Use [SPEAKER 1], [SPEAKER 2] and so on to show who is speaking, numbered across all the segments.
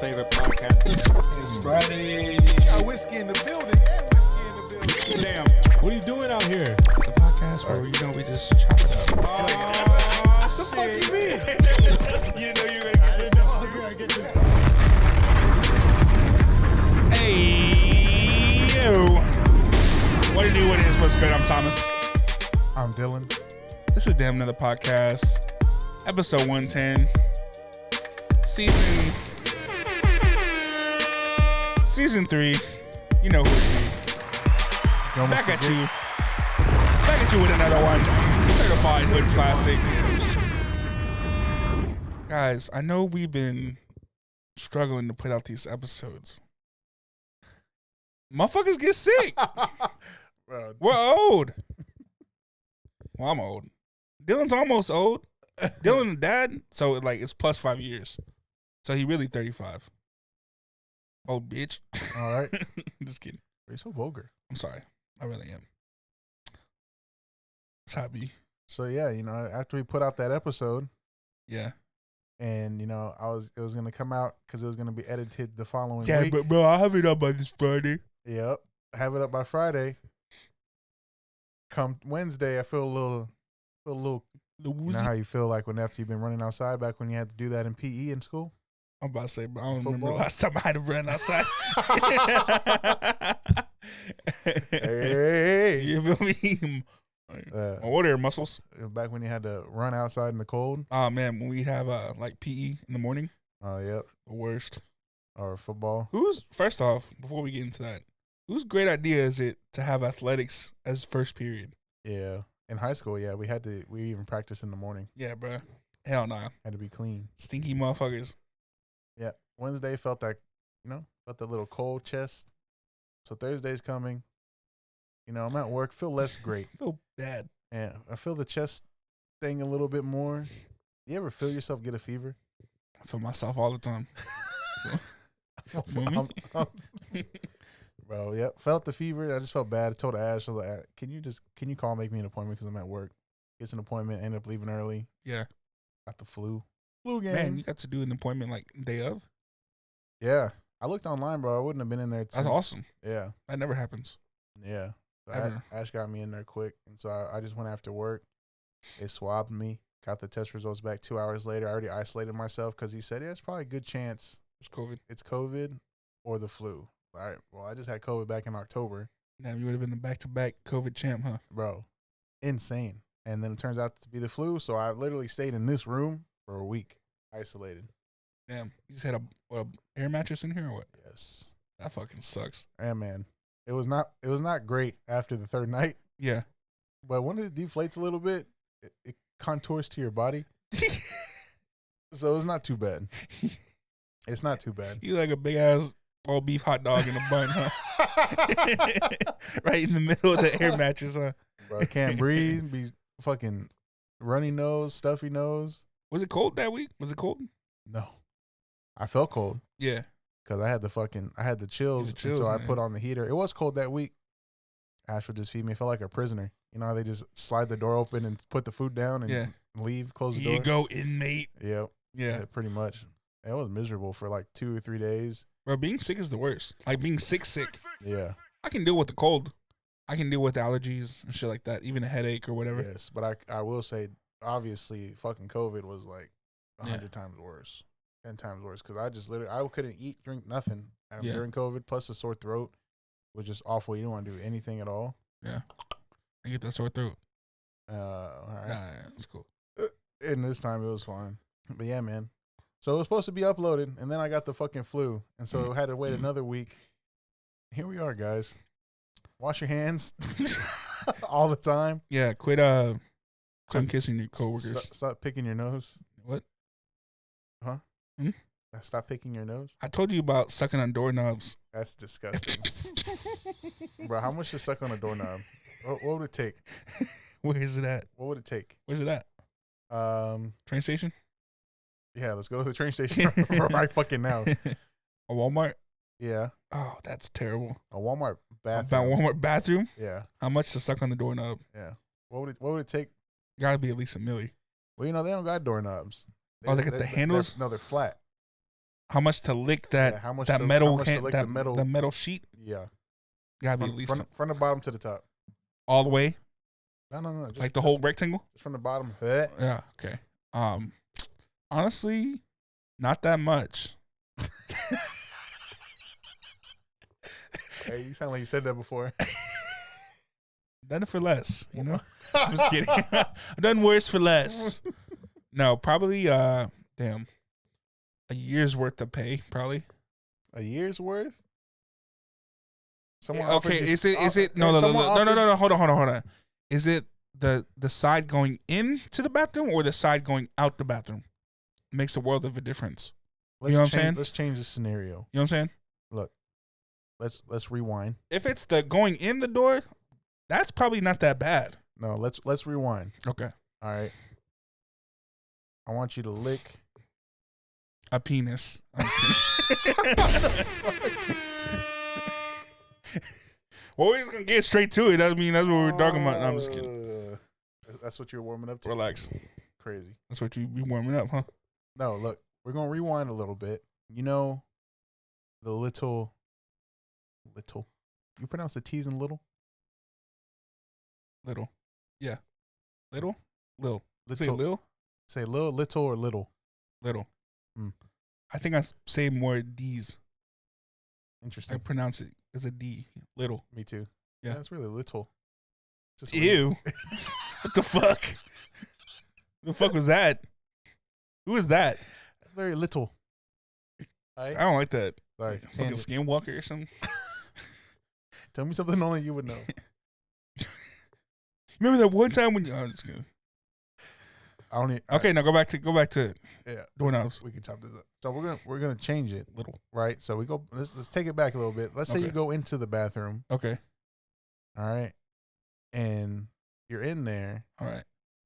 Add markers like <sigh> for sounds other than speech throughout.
[SPEAKER 1] favorite podcast.
[SPEAKER 2] It's Friday.
[SPEAKER 3] Got whiskey in the building and whiskey in the building.
[SPEAKER 1] Damn, what are you doing out here?
[SPEAKER 2] The podcast where you know we just chop it up.
[SPEAKER 3] Oh, the fuck you mean? <laughs>
[SPEAKER 1] you know you're gonna get this. You're gonna get this.
[SPEAKER 2] Hey, yo. What it do, what it is, what's good? I'm Thomas.
[SPEAKER 3] I'm Dylan.
[SPEAKER 2] This is Damn Another Podcast, episode 110, season season three. You know who it is.
[SPEAKER 3] Don't
[SPEAKER 2] Back at
[SPEAKER 3] forget- <laughs>
[SPEAKER 2] you. Back at you with another one. Certified Hood Classic. Guys, I know we've been struggling to put out these episodes. Motherfuckers get sick.
[SPEAKER 3] Bro,
[SPEAKER 2] We're old. Well, I'm old. Dylan's almost old. Dylan dad, so like it's plus five years. So he really 35. Old bitch. <laughs>
[SPEAKER 3] all right.
[SPEAKER 2] Just kidding.
[SPEAKER 3] You're so vulgar.
[SPEAKER 2] I'm sorry. I really am. It's happy.
[SPEAKER 3] So yeah, you know, after we put out that episode,
[SPEAKER 2] Yeah.
[SPEAKER 3] and you know, I was it was gonna come out because it was gonna be edited the following
[SPEAKER 2] Yeah,
[SPEAKER 3] week.
[SPEAKER 2] but bro, I'll have it up by this Friday.
[SPEAKER 3] yep, have it up by Friday. Come Wednesday, I feel a little, feel a little.
[SPEAKER 2] The
[SPEAKER 3] You know
[SPEAKER 2] woozy.
[SPEAKER 3] how you feel like when after you've been running outside back when you had to do that in PE
[SPEAKER 2] <laughs>
[SPEAKER 3] in school. <laughs>
[SPEAKER 2] I'm about to say, bro, I don't remember
[SPEAKER 3] Football.
[SPEAKER 2] the last time I had to run outside. <laughs>
[SPEAKER 3] hey,
[SPEAKER 2] You feel me? <laughs>
[SPEAKER 3] uh,
[SPEAKER 2] My water muscles.
[SPEAKER 3] back when you had to run outside in the cold.
[SPEAKER 2] Oh man, when we have uh like PE in the morning,
[SPEAKER 3] Oh, yep.
[SPEAKER 2] the worst.
[SPEAKER 3] Or football.
[SPEAKER 2] Who's first off, before we get into that, whose great idea is it to have athletics as first period?
[SPEAKER 3] Yeah. In high school, yeah, we had to. We even practiced in the morning.
[SPEAKER 2] Yeah, bro. Hell nah.
[SPEAKER 3] Had to be clean.
[SPEAKER 2] Stinky motherfuckers.
[SPEAKER 3] Wednesday felt that, you know, felt that little cold chest. So Thursday's coming. You know, I'm at work. Feel less
[SPEAKER 2] <laughs>
[SPEAKER 3] great.
[SPEAKER 2] feel bad.
[SPEAKER 3] Yeah, I feel the chest thing a little bit more. You ever feel yourself get a
[SPEAKER 2] <laughs>
[SPEAKER 3] fever?
[SPEAKER 2] I feel myself all the time. Mm-hmm.
[SPEAKER 3] <laughs> I'm- I'm- bro, yep. Felt the fever. I just felt bad. I told Ash, I was like, "Can you just can you call make me an appointment because I'm at work?" Gets an appointment. End up leaving early.
[SPEAKER 2] Yeah.
[SPEAKER 3] Got the flu. Flu game.
[SPEAKER 2] Man, you got to do an appointment like day of.
[SPEAKER 3] Yeah. I looked online, bro. I wouldn't have been in there.
[SPEAKER 2] That's
[SPEAKER 3] since-
[SPEAKER 2] awesome.
[SPEAKER 3] Yeah.
[SPEAKER 2] That never happens.
[SPEAKER 3] Yeah. So A-
[SPEAKER 2] Ever.
[SPEAKER 3] Ash got me in there quick. And so I, I just went after work. They swabbed me, got the test results back two hours later. I already isolated myself because he said, yeah, it's probably a good chance
[SPEAKER 2] It's COVID.
[SPEAKER 3] it's COVID or the flu. All right. Well, I just had COVID back in October,
[SPEAKER 2] Now you would have been the back to back COVID champ, huh?
[SPEAKER 3] bro. Insane. And then it turns out to be the flu. So I literally stayed in this room for a week, isolated.
[SPEAKER 2] Damn. You just had a, what, a air mattress in here or what?
[SPEAKER 3] Yes.
[SPEAKER 2] That fucking sucks.
[SPEAKER 3] And man, it was not it was not great after the third <laughs> night.
[SPEAKER 2] Yeah.
[SPEAKER 3] but when it deflates a little bit, it, it contours to your body, so it's not too bad. <laughs> It's not
[SPEAKER 2] <laughs>
[SPEAKER 3] too bad.
[SPEAKER 2] you like a big ass old beef hot dog in a bun, huh? <laughs> right in the middle of the air mattress, huh?
[SPEAKER 3] Bro, I can't breathe. Be fucking runny nose, stuffy nose.
[SPEAKER 2] Was it cold that week? Was it cold?
[SPEAKER 3] No, I felt cold
[SPEAKER 2] Yeah.
[SPEAKER 3] because I had the fucking I had the chills, and
[SPEAKER 2] chills,
[SPEAKER 3] so I
[SPEAKER 2] man.
[SPEAKER 3] put on the heater. It was cold that week. Ash would just feed me. I felt like a prisoner. You know how they just slide the door open and put the food down and
[SPEAKER 2] Yeah.
[SPEAKER 3] leave, close the
[SPEAKER 2] Here you
[SPEAKER 3] door.
[SPEAKER 2] go, inmate.
[SPEAKER 3] Yep.
[SPEAKER 2] Yeah.
[SPEAKER 3] yeah, pretty much. It was miserable for like two or three days.
[SPEAKER 2] Bro, being sick is the worst. Like being sick, sick.
[SPEAKER 3] Yeah.
[SPEAKER 2] I can deal with the cold. I can deal with allergies and shit like that, even a headache or whatever.
[SPEAKER 3] Yes, but I I will say obviously fucking COVID was like a
[SPEAKER 2] Yeah.
[SPEAKER 3] hundred times worse, ten times worse because I just literally I couldn't eat, drink nothing um,
[SPEAKER 2] Yeah.
[SPEAKER 3] during COVID. Plus the sore throat was just awful. You didn't want to do anything at all.
[SPEAKER 2] I get that sore throat.
[SPEAKER 3] Uh, all right.
[SPEAKER 2] Nah, that's cool. <laughs>
[SPEAKER 3] And this time it was fine. But yeah, man. So it was supposed to be uploaded, and then I got the fucking flu, and so
[SPEAKER 2] Mm.
[SPEAKER 3] I had to wait
[SPEAKER 2] Mm-hmm.
[SPEAKER 3] another week. Here we are, guys. Wash your hands <laughs> all the time.
[SPEAKER 2] Yeah, quit uh quit
[SPEAKER 3] Quit-
[SPEAKER 2] kissing your
[SPEAKER 3] S-
[SPEAKER 2] coworkers.
[SPEAKER 3] Stop, stop picking your nose.
[SPEAKER 2] what?
[SPEAKER 3] Stop picking your nose.
[SPEAKER 2] I told you about sucking on doorknobs.
[SPEAKER 3] That's disgusting.
[SPEAKER 2] <laughs>
[SPEAKER 3] Bro, how much to suck on a doorknob? What, what would it take?
[SPEAKER 2] <laughs> Where is it at?
[SPEAKER 3] What would it take?
[SPEAKER 2] Where's it at?
[SPEAKER 3] Um,
[SPEAKER 2] Train station?
[SPEAKER 3] yeah, let's go to
[SPEAKER 2] <laughs>
[SPEAKER 3] the train station <laughs> right fucking now.
[SPEAKER 2] a Walmart?
[SPEAKER 3] Yeah,
[SPEAKER 2] Oh, that's terrible.
[SPEAKER 3] a Walmart
[SPEAKER 2] About
[SPEAKER 3] bathroom.
[SPEAKER 2] Walmart bathroom?
[SPEAKER 3] Yeah,
[SPEAKER 2] How much to suck on the doorknob?
[SPEAKER 3] yeah. What would it? What would it take?
[SPEAKER 2] Gotta be at least a milli.
[SPEAKER 3] Well, you know they don't got doorknobs.
[SPEAKER 2] Oh, they got the handles?
[SPEAKER 3] no, they're flat.
[SPEAKER 2] how much to lick
[SPEAKER 3] Yeah,
[SPEAKER 2] that
[SPEAKER 3] how much
[SPEAKER 2] that
[SPEAKER 3] to-
[SPEAKER 2] metal
[SPEAKER 3] how much to
[SPEAKER 2] hand-
[SPEAKER 3] lick
[SPEAKER 2] that,
[SPEAKER 3] the metal-
[SPEAKER 2] the metal sheet
[SPEAKER 3] Yeah,
[SPEAKER 2] gotta be at
[SPEAKER 3] from,
[SPEAKER 2] least
[SPEAKER 3] from, from the bottom to the top.
[SPEAKER 2] all the way,
[SPEAKER 3] No, no, no. Just,
[SPEAKER 2] like the whole rectangle.
[SPEAKER 3] just from the bottom. <laughs> Huh.
[SPEAKER 2] Yeah, okay. Um, honestly, not that much.
[SPEAKER 3] Hey, you sound like you said that before.
[SPEAKER 2] Done for less, you know.
[SPEAKER 3] I'm
[SPEAKER 2] I'm <laughs> just kidding. I've <laughs> done worse for less. No, probably uh damn. A year's worth of pay, probably.
[SPEAKER 3] <laughs> A year's worth. Someone offered
[SPEAKER 2] Okay,
[SPEAKER 3] you-
[SPEAKER 2] is it is
[SPEAKER 3] uh,
[SPEAKER 2] it no no
[SPEAKER 3] uh,
[SPEAKER 2] no
[SPEAKER 3] someone
[SPEAKER 2] no no no
[SPEAKER 3] offered-
[SPEAKER 2] no no, hold on hold on hold on. Is it the the side going into the bathroom or the side going out the bathroom? Makes a world of a difference.
[SPEAKER 3] Let's
[SPEAKER 2] You know what I'm
[SPEAKER 3] change,
[SPEAKER 2] saying?
[SPEAKER 3] Let's change the scenario.
[SPEAKER 2] You know what I'm saying?
[SPEAKER 3] Let's let's rewind.
[SPEAKER 2] If it's the going in the door, that's probably not that bad.
[SPEAKER 3] No, let's let's rewind.
[SPEAKER 2] Okay.
[SPEAKER 3] All right. I want you to lick.
[SPEAKER 2] A penis. I'm just kidding. <laughs> well, we're just gonna get straight to it. I mean, that's what we're talking about. No, I'm just kidding.
[SPEAKER 3] Uh, That's what you're warming up to.
[SPEAKER 2] Relax.
[SPEAKER 3] Crazy.
[SPEAKER 2] That's what you be warming up, huh?
[SPEAKER 3] No, look, we're gonna rewind a little bit. You know, the little, little. You pronounce the T's in little.
[SPEAKER 2] Little. Yeah. Little? Lil. Say
[SPEAKER 3] Little.
[SPEAKER 2] Lil?
[SPEAKER 3] Say little, little, or little.
[SPEAKER 2] Little.
[SPEAKER 3] Hmm.
[SPEAKER 2] I think I s- say more D's. I
[SPEAKER 3] Interesting.
[SPEAKER 2] pronounce it as a D. Little.
[SPEAKER 3] Me too.
[SPEAKER 2] Yeah.
[SPEAKER 3] it's really little. Just weird. <laughs>
[SPEAKER 2] Ew. what the fuck? the fuck was that? Who is that?
[SPEAKER 3] That's very little.
[SPEAKER 2] I
[SPEAKER 3] Alright,
[SPEAKER 2] don't like that.
[SPEAKER 3] Sorry.
[SPEAKER 2] Fucking
[SPEAKER 3] Tangent.
[SPEAKER 2] skinwalker or something.
[SPEAKER 3] Tell me something only you would
[SPEAKER 2] <laughs>
[SPEAKER 3] know.
[SPEAKER 2] Remember that one time when you? I'm just kidding.
[SPEAKER 3] I don't. e, Need,
[SPEAKER 2] Okay, now go back to go back to it.
[SPEAKER 3] Yeah.
[SPEAKER 2] doorknobs.
[SPEAKER 3] we can chop this up. So we're gonna we're gonna change it,
[SPEAKER 2] Little.
[SPEAKER 3] right? So we go. Let's let's take it back a little bit. Let's say you
[SPEAKER 2] Okay.
[SPEAKER 3] go into the bathroom,
[SPEAKER 2] Okay.
[SPEAKER 3] all right, and you're in there.
[SPEAKER 2] All right.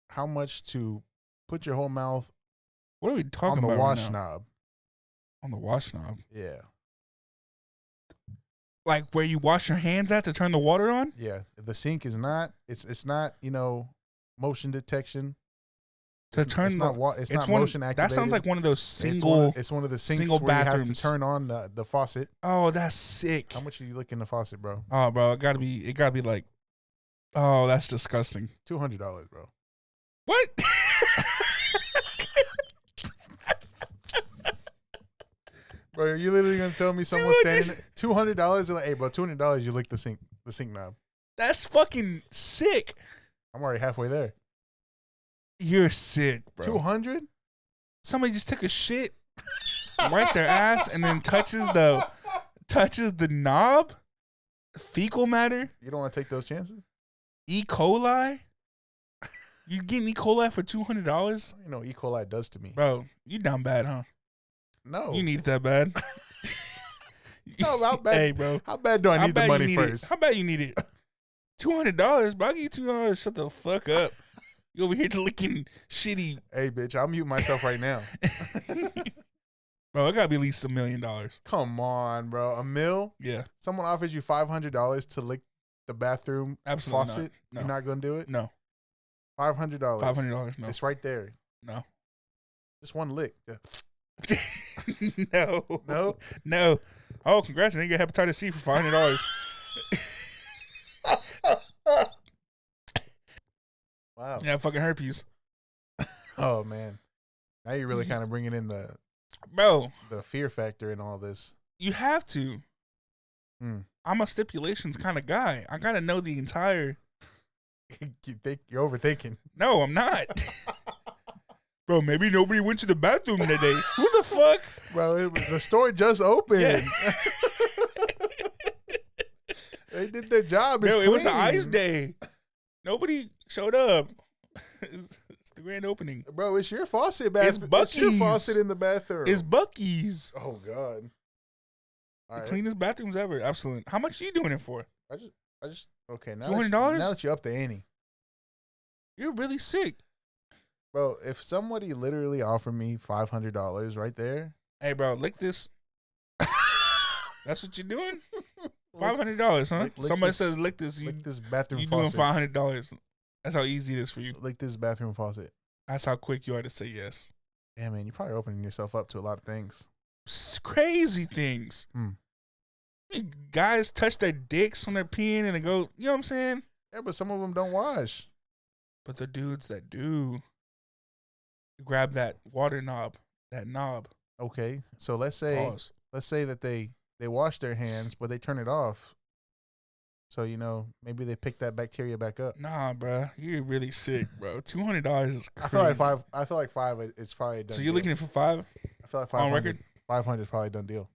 [SPEAKER 3] How much to put your whole mouth
[SPEAKER 2] What are we talking
[SPEAKER 3] on the
[SPEAKER 2] about
[SPEAKER 3] wash
[SPEAKER 2] right now?
[SPEAKER 3] knob?
[SPEAKER 2] On the wash knob.
[SPEAKER 3] Yeah,
[SPEAKER 2] Like where you wash your hands at to turn the water on?
[SPEAKER 3] yeah. If the sink is not. It's it's not. You know, motion detection.
[SPEAKER 2] To
[SPEAKER 3] It's-
[SPEAKER 2] turn
[SPEAKER 3] it's
[SPEAKER 2] the
[SPEAKER 3] not wa- It's, not
[SPEAKER 2] one,
[SPEAKER 3] motion activated.
[SPEAKER 2] That sounds like one of those
[SPEAKER 3] It's one,
[SPEAKER 2] single.
[SPEAKER 3] of, it's one of the sinks
[SPEAKER 2] single
[SPEAKER 3] where you have
[SPEAKER 2] bathrooms.
[SPEAKER 3] to turn on the, the faucet.
[SPEAKER 2] oh, that's sick.
[SPEAKER 3] How much are you licking the faucet, bro?
[SPEAKER 2] Oh, bro, it gotta be. It gotta be like. Oh, that's disgusting.
[SPEAKER 3] Two hundred dollars, bro.
[SPEAKER 2] What? <laughs>
[SPEAKER 3] Bro, are you literally gonna tell me someone's standing two hundred dollars? Like, hey, bro, two hundred dollars. You lick the sink, the sink knob.
[SPEAKER 2] that's fucking sick.
[SPEAKER 3] I'm already halfway there.
[SPEAKER 2] You're sick, bro. <laughs>
[SPEAKER 3] Two hundred.
[SPEAKER 2] Somebody just took a shit, <laughs> right their ass, and then touches the touches the knob. Fecal matter,
[SPEAKER 3] You don't want to take those chances.
[SPEAKER 2] E. coli. <laughs> You getting E. coli for two hundred dollars,
[SPEAKER 3] You know, what E. coli does to me.
[SPEAKER 2] bro? You down bad, huh?
[SPEAKER 3] No,
[SPEAKER 2] You need that bad.
[SPEAKER 3] Oh. <laughs>
[SPEAKER 2] <laughs>
[SPEAKER 3] No, how bad-
[SPEAKER 2] Hey, bro.
[SPEAKER 3] how bad do I need the
[SPEAKER 2] bet you
[SPEAKER 3] money
[SPEAKER 2] need it.
[SPEAKER 3] first?
[SPEAKER 2] I bet you need it. Two hundred dollars, bro. I give you two dollars. Shut the fuck up. You over here <laughs> licking
[SPEAKER 3] <laughs>
[SPEAKER 2] shitty,
[SPEAKER 3] Hey, bitch, I'll mute myself
[SPEAKER 2] <laughs>
[SPEAKER 3] right now.
[SPEAKER 2] bro. It gotta be at least a million dollars.
[SPEAKER 3] Come on, bro. A mill.
[SPEAKER 2] Yeah,
[SPEAKER 3] Someone offers you five hundred dollars to lick the bathroom
[SPEAKER 2] absolutely.
[SPEAKER 3] faucet.
[SPEAKER 2] not.
[SPEAKER 3] You're
[SPEAKER 2] No,
[SPEAKER 3] not gonna do it.
[SPEAKER 2] no,
[SPEAKER 3] Five hundred dollars.
[SPEAKER 2] five hundred dollars. No,
[SPEAKER 3] It's right there. <laughs>
[SPEAKER 2] no,
[SPEAKER 3] Just one lick. Yeah.
[SPEAKER 2] <laughs> no,
[SPEAKER 3] No.
[SPEAKER 2] no. Oh, congrats! You get hepatitis C for five hundred
[SPEAKER 3] <laughs>
[SPEAKER 2] dollars.
[SPEAKER 3] Wow.
[SPEAKER 2] yeah, fucking herpes,
[SPEAKER 3] Oh man. Now you're
[SPEAKER 2] <laughs>
[SPEAKER 3] really kind of bringing in the
[SPEAKER 2] bro.
[SPEAKER 3] the fear factor in all this. <laughs>
[SPEAKER 2] You have to.
[SPEAKER 3] Hmm.
[SPEAKER 2] I'm a stipulations kind of guy. I gotta know the entire
[SPEAKER 3] you think you're overthinking.
[SPEAKER 2] No, I'm not.
[SPEAKER 3] <laughs>
[SPEAKER 2] Bro, maybe nobody went to the bathroom that
[SPEAKER 3] <laughs>
[SPEAKER 2] day. Who the fuck?
[SPEAKER 3] Bro, it was, the store just opened.
[SPEAKER 2] <laughs> Yeah.
[SPEAKER 3] They did their job. It's
[SPEAKER 2] Bro, it was an
[SPEAKER 3] clean.
[SPEAKER 2] ice day. Nobody showed up. <laughs> It's, it's the grand opening.
[SPEAKER 3] Bro, it's your faucet bathroom. It's, your
[SPEAKER 2] Buc-ee's.
[SPEAKER 3] faucet in the bathroom.
[SPEAKER 2] It's Bucky's.
[SPEAKER 3] oh god. All
[SPEAKER 2] The
[SPEAKER 3] right.
[SPEAKER 2] cleanest bathrooms ever. Absolutely. How much are you doing it for?
[SPEAKER 3] I just I just okay, now that, you,
[SPEAKER 2] $200?
[SPEAKER 3] now that you're up to Annie.
[SPEAKER 2] You're really sick.
[SPEAKER 3] Bro, if somebody literally offered me five hundred dollars right there,
[SPEAKER 2] Hey, bro, lick
[SPEAKER 3] <laughs>
[SPEAKER 2] this. That's what you're doing? $500, huh?
[SPEAKER 3] lick- lick
[SPEAKER 2] Somebody
[SPEAKER 3] this-
[SPEAKER 2] says lick this. You,
[SPEAKER 3] like this bathroom
[SPEAKER 2] you doing
[SPEAKER 3] faucet.
[SPEAKER 2] $500. That's how easy it is for you.
[SPEAKER 3] Like this bathroom faucet.
[SPEAKER 2] That's how quick you are to say yes.
[SPEAKER 3] Yeah, man, you're probably opening yourself up to a lot of things.
[SPEAKER 2] s- crazy things.
[SPEAKER 3] Mm.
[SPEAKER 2] I mean, Guys touch their dicks when they're peeing and they go, you know what I'm saying?
[SPEAKER 3] Yeah, but some of them don't wash.
[SPEAKER 2] But the dudes that do grab that water knob, that knob,
[SPEAKER 3] Okay, so let's say
[SPEAKER 2] pause.
[SPEAKER 3] let's say that they they wash their hands, but they turn it off. So you know maybe they pick that bacteria back up.
[SPEAKER 2] Nah, bruh, you're really sick,
[SPEAKER 3] <laughs>
[SPEAKER 2] bro. Two hundred dollars is crazy.
[SPEAKER 3] I feel like five. I feel like five. it- It's probably a done
[SPEAKER 2] So you're looking
[SPEAKER 3] deal.
[SPEAKER 2] at for five
[SPEAKER 3] I feel like
[SPEAKER 2] on
[SPEAKER 3] five
[SPEAKER 2] record?
[SPEAKER 3] hundred. Five hundred is probably a done deal.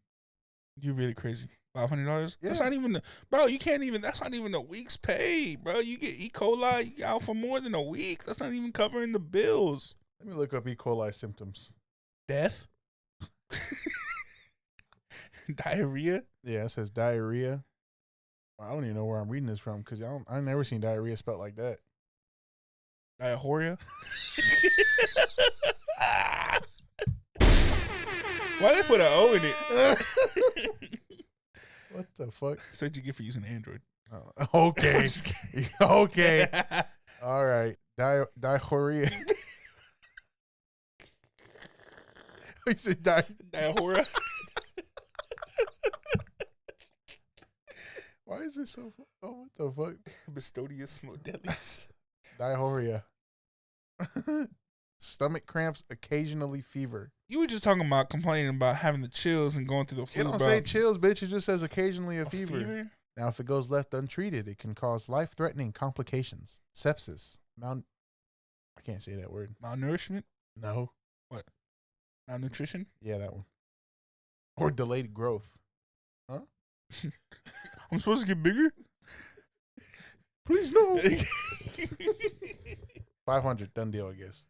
[SPEAKER 2] You're really crazy. Five hundred dollars? That's
[SPEAKER 3] Yeah.
[SPEAKER 2] not even, the, bro. You can't even. That's not even a week's pay, bro. You get E. coli you out for more than a week. That's not even covering the bills.
[SPEAKER 3] Let me look up E. coli symptoms.
[SPEAKER 2] Death, diarrhea.
[SPEAKER 3] Yeah, it says diarrhea. I don't even know where I'm reading this from because I don't. I've never seen diarrhea spelled like that.
[SPEAKER 2] Diarrhea. Why they put an O in <laughs> it?
[SPEAKER 3] What the
[SPEAKER 2] <laughs>
[SPEAKER 3] fuck?
[SPEAKER 2] That's what you get for using Android.
[SPEAKER 3] Oh, okay. <laughs> okay. All right. Di- diarrhea. <laughs> you said di-
[SPEAKER 2] <laughs> Diarrhea.
[SPEAKER 3] Why is this so? fu- Oh, what the fuck?
[SPEAKER 2] Bestodius modelis.
[SPEAKER 3] Diarrhea. <laughs> Stomach cramps, occasionally fever.
[SPEAKER 2] You were just talking about complaining about having the chills and going through the flu.
[SPEAKER 3] It don't
[SPEAKER 2] bro.
[SPEAKER 3] say chills, bitch. It just says occasionally a,
[SPEAKER 2] A
[SPEAKER 3] fever. Now, if it goes left untreated, it can cause life-threatening complications, sepsis, mal. I can't say that word.
[SPEAKER 2] Malnourishment?
[SPEAKER 3] No.
[SPEAKER 2] Malnutrition?
[SPEAKER 3] Yeah, that one. Or delayed growth.
[SPEAKER 2] I'm supposed to get bigger? <laughs>
[SPEAKER 3] Please no. <laughs> Five hundred done deal, I guess.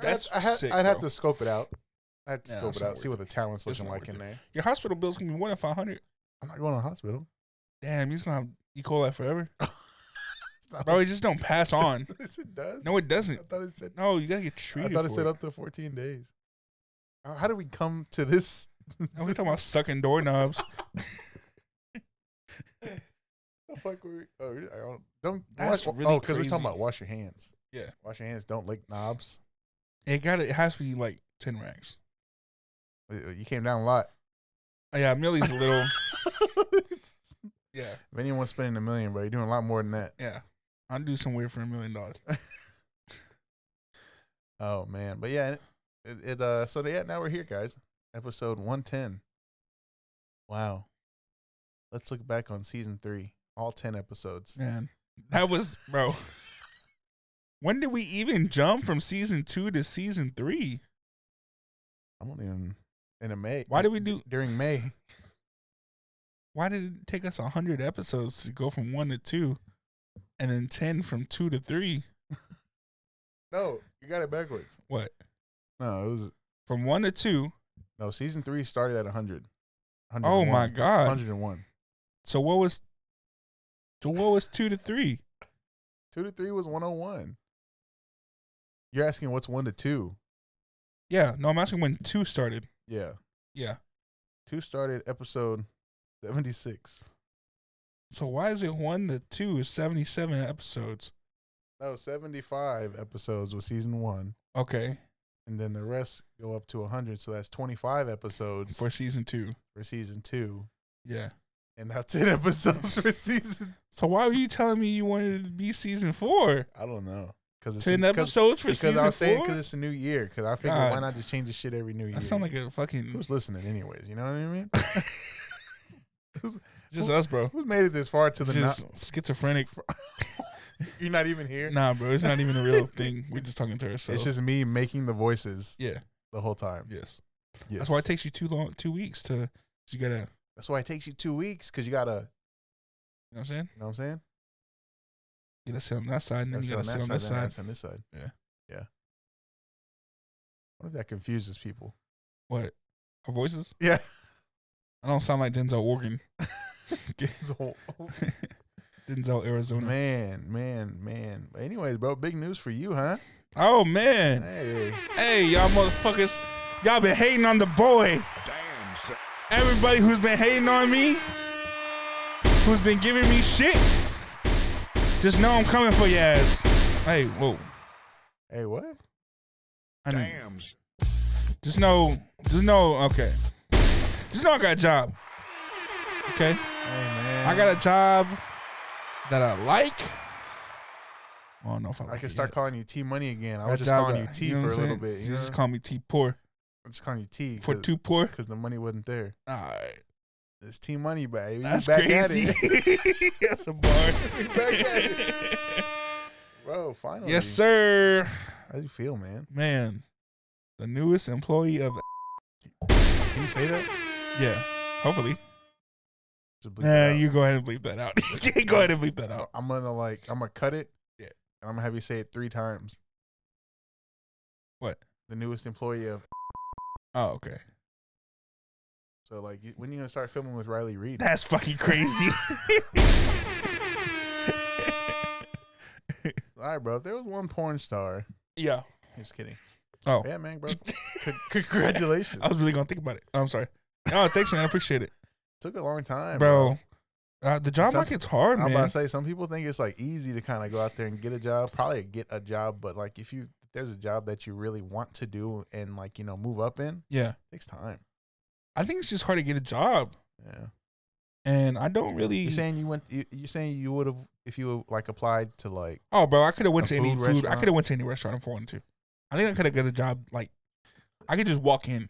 [SPEAKER 2] That's
[SPEAKER 3] I'd, I had,
[SPEAKER 2] sick,
[SPEAKER 3] I'd have
[SPEAKER 2] bro.
[SPEAKER 3] to scope it out. I'd have to
[SPEAKER 2] Yeah,
[SPEAKER 3] scope
[SPEAKER 2] that's
[SPEAKER 3] it
[SPEAKER 2] not
[SPEAKER 3] out, see
[SPEAKER 2] worth
[SPEAKER 3] what the talent's
[SPEAKER 2] That's
[SPEAKER 3] looking
[SPEAKER 2] not
[SPEAKER 3] like
[SPEAKER 2] worth
[SPEAKER 3] in
[SPEAKER 2] it.
[SPEAKER 3] there.
[SPEAKER 2] Your hospital bills can be more than 500.
[SPEAKER 3] I'm not going to the hospital. <laughs>
[SPEAKER 2] Damn, he's going to have E. coli forever. Bro, it just don't pass
[SPEAKER 3] <laughs>
[SPEAKER 2] on.
[SPEAKER 3] yes, it does.
[SPEAKER 2] No, it
[SPEAKER 3] I
[SPEAKER 2] doesn't.
[SPEAKER 3] thought it said.
[SPEAKER 2] No, you got to get treated
[SPEAKER 3] I thought it
[SPEAKER 2] for
[SPEAKER 3] said
[SPEAKER 2] it.
[SPEAKER 3] up to 14 days. How, how did we come to this?
[SPEAKER 2] Now we're talking about sucking doorknobs.
[SPEAKER 3] <laughs> the fuck were we, oh, I don't, don't
[SPEAKER 2] That's
[SPEAKER 3] wash,
[SPEAKER 2] really
[SPEAKER 3] oh, because we're
[SPEAKER 2] crazy.
[SPEAKER 3] talking about wash your hands.
[SPEAKER 2] Yeah.
[SPEAKER 3] wash your hands. Don't lick knobs.
[SPEAKER 2] It got to It has to be like 10 racks.
[SPEAKER 3] Uh, You came down a <laughs> lot.
[SPEAKER 2] Oh, yeah, Millie's a
[SPEAKER 3] <laughs>
[SPEAKER 2] little.
[SPEAKER 3] if
[SPEAKER 2] Yeah,
[SPEAKER 3] anyone's spending a million, bro, you're doing a lot more than that.
[SPEAKER 2] yeah. I'll do some weird for a million dollars.
[SPEAKER 3] <laughs> Oh man, but yeah, it, it, it uh. So yeah, now we're here, guys. Episode one ten. Wow. Let's look back on season three, all ten episodes.
[SPEAKER 2] Man, that was bro. when did we even jump from season two to season three?
[SPEAKER 3] I don't even in a May.
[SPEAKER 2] Why did we do? <laughs>
[SPEAKER 3] during May?
[SPEAKER 2] Why did it take us hundred episodes to go from one to two, and then ten from two to three?
[SPEAKER 3] No, you got it backwards.
[SPEAKER 2] What
[SPEAKER 3] No, it was
[SPEAKER 2] from one to two?
[SPEAKER 3] no season three started at hundred.
[SPEAKER 2] Oh my god!
[SPEAKER 3] hundred and one.
[SPEAKER 2] So what was? So what was two to three?
[SPEAKER 3] Two to three was one hundred one. You're asking what's one to two?
[SPEAKER 2] Yeah, no, I'm asking when two started.
[SPEAKER 3] Yeah,
[SPEAKER 2] Yeah.
[SPEAKER 3] two started episode seventy six.
[SPEAKER 2] So why is it one to two is seventy seven episodes?
[SPEAKER 3] No, seventy five episodes was season one.
[SPEAKER 2] Okay,
[SPEAKER 3] and then the rest go up to 100 so that's 25 episodes
[SPEAKER 2] for
[SPEAKER 3] for,
[SPEAKER 2] season two.
[SPEAKER 3] season two
[SPEAKER 2] Yeah.
[SPEAKER 3] and now <laughs> 10 episodes for season <laughs>
[SPEAKER 2] So why were you telling me you wanted it to be season four?
[SPEAKER 3] i don't know because it's
[SPEAKER 2] Ten
[SPEAKER 3] because,
[SPEAKER 2] episodes for
[SPEAKER 3] because
[SPEAKER 2] season
[SPEAKER 3] i was saying
[SPEAKER 2] four.
[SPEAKER 3] because it's a new year because i figured why
[SPEAKER 2] God.
[SPEAKER 3] not just change the shit every new year
[SPEAKER 2] that sounds like a fucking
[SPEAKER 3] who's listening anyways you know what i mean
[SPEAKER 2] just us, bro.
[SPEAKER 3] who's made it this far to the
[SPEAKER 2] Just
[SPEAKER 3] no- <laughs>
[SPEAKER 2] schizophrenic.
[SPEAKER 3] you're not even here
[SPEAKER 2] Nah, bro, it's not even a real thing. We're just talking to ourselves.
[SPEAKER 3] it's just me making the voices
[SPEAKER 2] yeah,
[SPEAKER 3] the whole time
[SPEAKER 2] yes.
[SPEAKER 3] yes.
[SPEAKER 2] That's why it takes you two long, two weeks to. 'cause You gotta, you know
[SPEAKER 3] that's why it takes you two weeks because you gotta
[SPEAKER 2] what I'm saying?
[SPEAKER 3] you know what i'm saying
[SPEAKER 2] You gotta sit on that side, and then you gotta
[SPEAKER 3] That's
[SPEAKER 2] sit on this
[SPEAKER 3] then
[SPEAKER 2] side.
[SPEAKER 3] that's on this side
[SPEAKER 2] Yeah.
[SPEAKER 3] yeah what if that confuses people <laughs>
[SPEAKER 2] What? Our voices?
[SPEAKER 3] yeah
[SPEAKER 2] I don't sound like Denzel Oregon.
[SPEAKER 3] It's
[SPEAKER 2] <laughs>
[SPEAKER 3] all-
[SPEAKER 2] Denzel Arizona.
[SPEAKER 3] oh, man, man, man. But anyways, bro, big news for you, huh?
[SPEAKER 2] Oh man!
[SPEAKER 3] Hey,
[SPEAKER 2] Hey, y'all motherfuckers, y'all been hating on the boy.
[SPEAKER 1] Damn, son.
[SPEAKER 2] everybody who's been hating on me, who's been giving me shit, just know I'm coming for your ass. Hey, whoa.
[SPEAKER 3] hey, what?
[SPEAKER 2] I mean,
[SPEAKER 1] Damn, son.
[SPEAKER 2] just know, just know, okay. Just know I got a job. Okay?
[SPEAKER 3] Hey, man.
[SPEAKER 2] I got a job that I like. I don't know if I like
[SPEAKER 3] I can
[SPEAKER 2] it
[SPEAKER 3] start
[SPEAKER 2] yet.
[SPEAKER 3] calling you T Money again. I
[SPEAKER 2] That
[SPEAKER 3] was just
[SPEAKER 2] job
[SPEAKER 3] calling you
[SPEAKER 2] that-
[SPEAKER 3] T
[SPEAKER 2] know what
[SPEAKER 3] for a
[SPEAKER 2] I'm
[SPEAKER 3] little
[SPEAKER 2] saying?
[SPEAKER 3] bit.
[SPEAKER 2] You
[SPEAKER 3] You know?
[SPEAKER 2] just call me T poor.
[SPEAKER 3] I'm just calling you T
[SPEAKER 2] For too poor?
[SPEAKER 3] because the money wasn't there.
[SPEAKER 2] All right.
[SPEAKER 3] It's T Money, baby. You
[SPEAKER 2] That's
[SPEAKER 3] back at
[SPEAKER 2] crazy.
[SPEAKER 3] it.
[SPEAKER 2] That's a bar.
[SPEAKER 3] Back at it. <laughs> Bro,
[SPEAKER 2] <laughs>
[SPEAKER 3] finally.
[SPEAKER 2] yes, sir.
[SPEAKER 3] How do you feel, man?
[SPEAKER 2] Man, the newest employee of.
[SPEAKER 3] Can you say that?
[SPEAKER 2] Yeah, hopefully.
[SPEAKER 3] Just bleep it
[SPEAKER 2] Yeah,
[SPEAKER 3] out.
[SPEAKER 2] you go ahead and bleep that out. <laughs> you can't go ahead and bleep that out.
[SPEAKER 3] I'm gonna like I'm gonna cut it.
[SPEAKER 2] Yeah.
[SPEAKER 3] And I'm gonna have you say it three times.
[SPEAKER 2] What?
[SPEAKER 3] The newest employee of <laughs>
[SPEAKER 2] Oh, okay.
[SPEAKER 3] so like you, when you gonna start filming with Riley Reed?
[SPEAKER 2] That's fucking crazy.
[SPEAKER 3] <laughs>
[SPEAKER 2] <laughs>
[SPEAKER 3] All right, bro. If there was one porn star,
[SPEAKER 2] yeah.
[SPEAKER 3] just kidding.
[SPEAKER 2] Oh.
[SPEAKER 3] yeah,
[SPEAKER 2] <laughs>
[SPEAKER 3] man, bro. C- congratulations.
[SPEAKER 2] I was really gonna think about it. I'm sorry. Oh, thanks, man. I appreciate
[SPEAKER 3] <laughs>
[SPEAKER 2] it,
[SPEAKER 3] Took a long time,
[SPEAKER 2] bro. Uh, the job
[SPEAKER 3] Some-
[SPEAKER 2] market's hard,
[SPEAKER 3] I'm about
[SPEAKER 2] man.
[SPEAKER 3] to say some people think it's like easy to kind of go out there and get a job, probably get a job, but like if you if there's a job that you really want to do and like you know move up in,
[SPEAKER 2] Yeah,
[SPEAKER 3] takes time.
[SPEAKER 2] I think it's just hard to get a job,
[SPEAKER 3] Yeah,
[SPEAKER 2] and I don't really.
[SPEAKER 3] you're saying you went. You, you're saying you would have if you like applied to like
[SPEAKER 2] oh, bro, I could have went
[SPEAKER 3] A
[SPEAKER 2] to any
[SPEAKER 3] food
[SPEAKER 2] food. I
[SPEAKER 3] restaurant?
[SPEAKER 2] could have went to any restaurant if I wanted to. I think I could have got a job. Like, I could just walk in.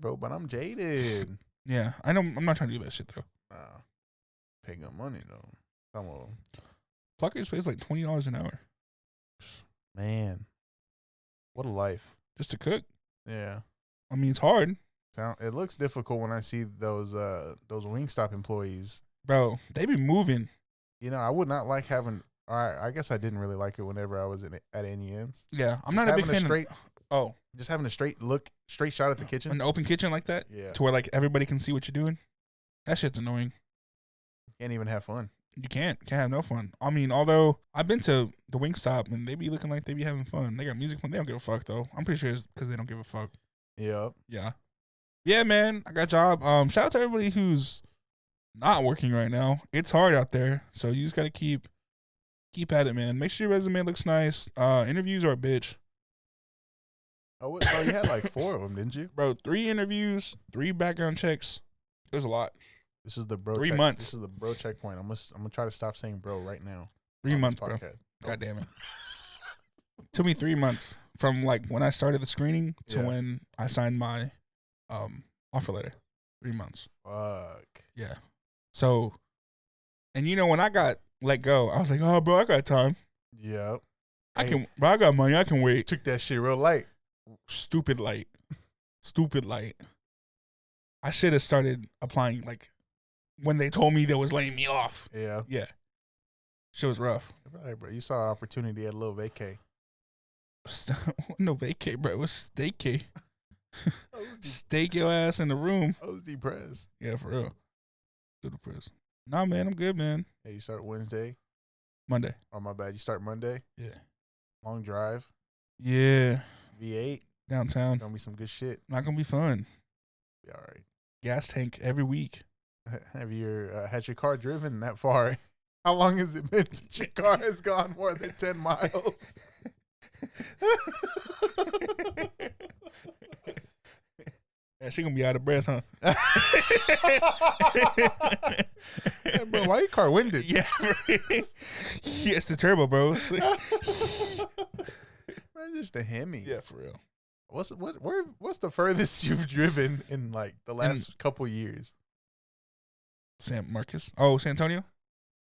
[SPEAKER 3] bro, but I'm jaded. <laughs>
[SPEAKER 2] Yeah, I know. I'm not trying to do that shit though.
[SPEAKER 3] nah, pay good money though. Come on,
[SPEAKER 2] Pluckers pays like twenty dollars an hour
[SPEAKER 3] man, what a life.
[SPEAKER 2] just to cook.
[SPEAKER 3] Yeah,
[SPEAKER 2] I mean, it's hard,
[SPEAKER 3] sound. It looks difficult when I see those uh those Wingstop employees
[SPEAKER 2] bro. They be moving.
[SPEAKER 3] you know, I would not like having. All right, I guess I didn't really like it whenever I was in, at NENs.
[SPEAKER 2] Yeah, I'm
[SPEAKER 3] Just
[SPEAKER 2] not a big fan.
[SPEAKER 3] having straight,
[SPEAKER 2] of,
[SPEAKER 3] just having a straight look, straight shot at the
[SPEAKER 2] oh,
[SPEAKER 3] kitchen.
[SPEAKER 2] an open kitchen like that
[SPEAKER 3] Yeah,
[SPEAKER 2] to where like everybody can see what you're doing. That shit's annoying.
[SPEAKER 3] can't even have fun.
[SPEAKER 2] You can't can't have no fun. I mean, although I've been to the Wingstop and they be looking like they be having fun. They got music playing. They don't give a fuck though. I'm pretty sure it's because they don't give a fuck.
[SPEAKER 3] Yeah,
[SPEAKER 2] Yeah, yeah, man. I got a job. Um, shout out to everybody who's not working right now. It's hard out there, so you just gotta keep keep at it, man. Make sure your resume looks nice. Uh, interviews are a bitch,
[SPEAKER 3] oh, what, bro, you had like four of them, didn't you?
[SPEAKER 2] bro. Three interviews, three background checks. It was a lot.
[SPEAKER 3] This is the bro.
[SPEAKER 2] Three
[SPEAKER 3] check-
[SPEAKER 2] months.
[SPEAKER 3] This is the bro checkpoint. I'm gonna, s- I'm gonna try to stop saying bro right now.
[SPEAKER 2] Three
[SPEAKER 3] on this
[SPEAKER 2] months, bro.
[SPEAKER 3] podcast.
[SPEAKER 2] God damn it. <laughs> Took me three months from like when I started the screening to
[SPEAKER 3] Yeah.
[SPEAKER 2] when I signed my um offer letter. Three months.
[SPEAKER 3] Fuck.
[SPEAKER 2] Yeah. So and you know when I got let go, I was like, Oh bro, I got time.
[SPEAKER 3] Yeah,
[SPEAKER 2] I
[SPEAKER 3] Hey.
[SPEAKER 2] can bro, I got money, I can wait.
[SPEAKER 3] took that shit real light.
[SPEAKER 2] Stupid light. Stupid light. I should have started applying like when they told me they was laying me off.
[SPEAKER 3] Yeah,
[SPEAKER 2] Yeah. Shit was rough. <laughs>
[SPEAKER 3] right, bro. You saw an opportunity at a little vacay.
[SPEAKER 2] no vacay, bro. It was staycay. Stake your ass in the room.
[SPEAKER 3] I was depressed.
[SPEAKER 2] Yeah, for real. Good depressed. Nah, man, I'm good, man.
[SPEAKER 3] Hey, you start Wednesday.
[SPEAKER 2] Monday.
[SPEAKER 3] Oh my bad. You start Monday.
[SPEAKER 2] Yeah.
[SPEAKER 3] Long drive.
[SPEAKER 2] Yeah.
[SPEAKER 3] V8.
[SPEAKER 2] Downtown.
[SPEAKER 3] Gonna be some good shit.
[SPEAKER 2] Not gonna be fun.
[SPEAKER 3] Be all right.
[SPEAKER 2] Gas tank every week.
[SPEAKER 3] Have your uh, had your car driven that far? <laughs> How long has it been since your car has gone more than ten miles? <laughs>
[SPEAKER 2] Yeah, she gonna be out of breath, <laughs> huh?
[SPEAKER 3] Hey, bro, why your car
[SPEAKER 2] <laughs>
[SPEAKER 3] winded?
[SPEAKER 2] yeah. <laughs> yes, the turbo, <laughs> bro. It's like-
[SPEAKER 3] <laughs>
[SPEAKER 2] <laughs>
[SPEAKER 3] Man, just a Hemi.
[SPEAKER 2] yeah, for real.
[SPEAKER 3] What's what? Where? What's the furthest you've driven in like the last couple years?
[SPEAKER 2] San Marcus. Oh, San Antonio?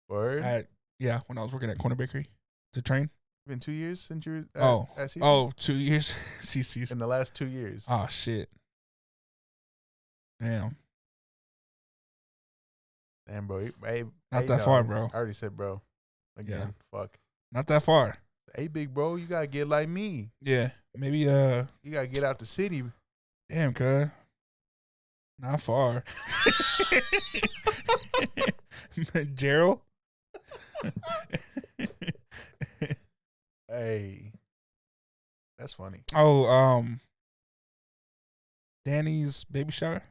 [SPEAKER 3] Or
[SPEAKER 2] At, yeah, when I was working at Corner Bakery. The train?
[SPEAKER 3] been two years since you? were at-
[SPEAKER 2] Oh.
[SPEAKER 3] at CC?
[SPEAKER 2] Oh, two years. <laughs> CC's.
[SPEAKER 3] in the last two years.
[SPEAKER 2] Oh shit. Damn.
[SPEAKER 3] Damn, bro. you- Hey,
[SPEAKER 2] Not
[SPEAKER 3] hey,
[SPEAKER 2] that
[SPEAKER 3] no,
[SPEAKER 2] far, bro.
[SPEAKER 3] I already said, bro. Again, fuck.
[SPEAKER 2] Not that far.
[SPEAKER 3] Hey, big bro, you gotta get like me.
[SPEAKER 2] Yeah. Maybe uh
[SPEAKER 3] You gotta get out the city.
[SPEAKER 2] damn cuz. Not far. <laughs> Gerald?
[SPEAKER 3] Hey, that's funny.
[SPEAKER 2] oh, um Danny's baby shower?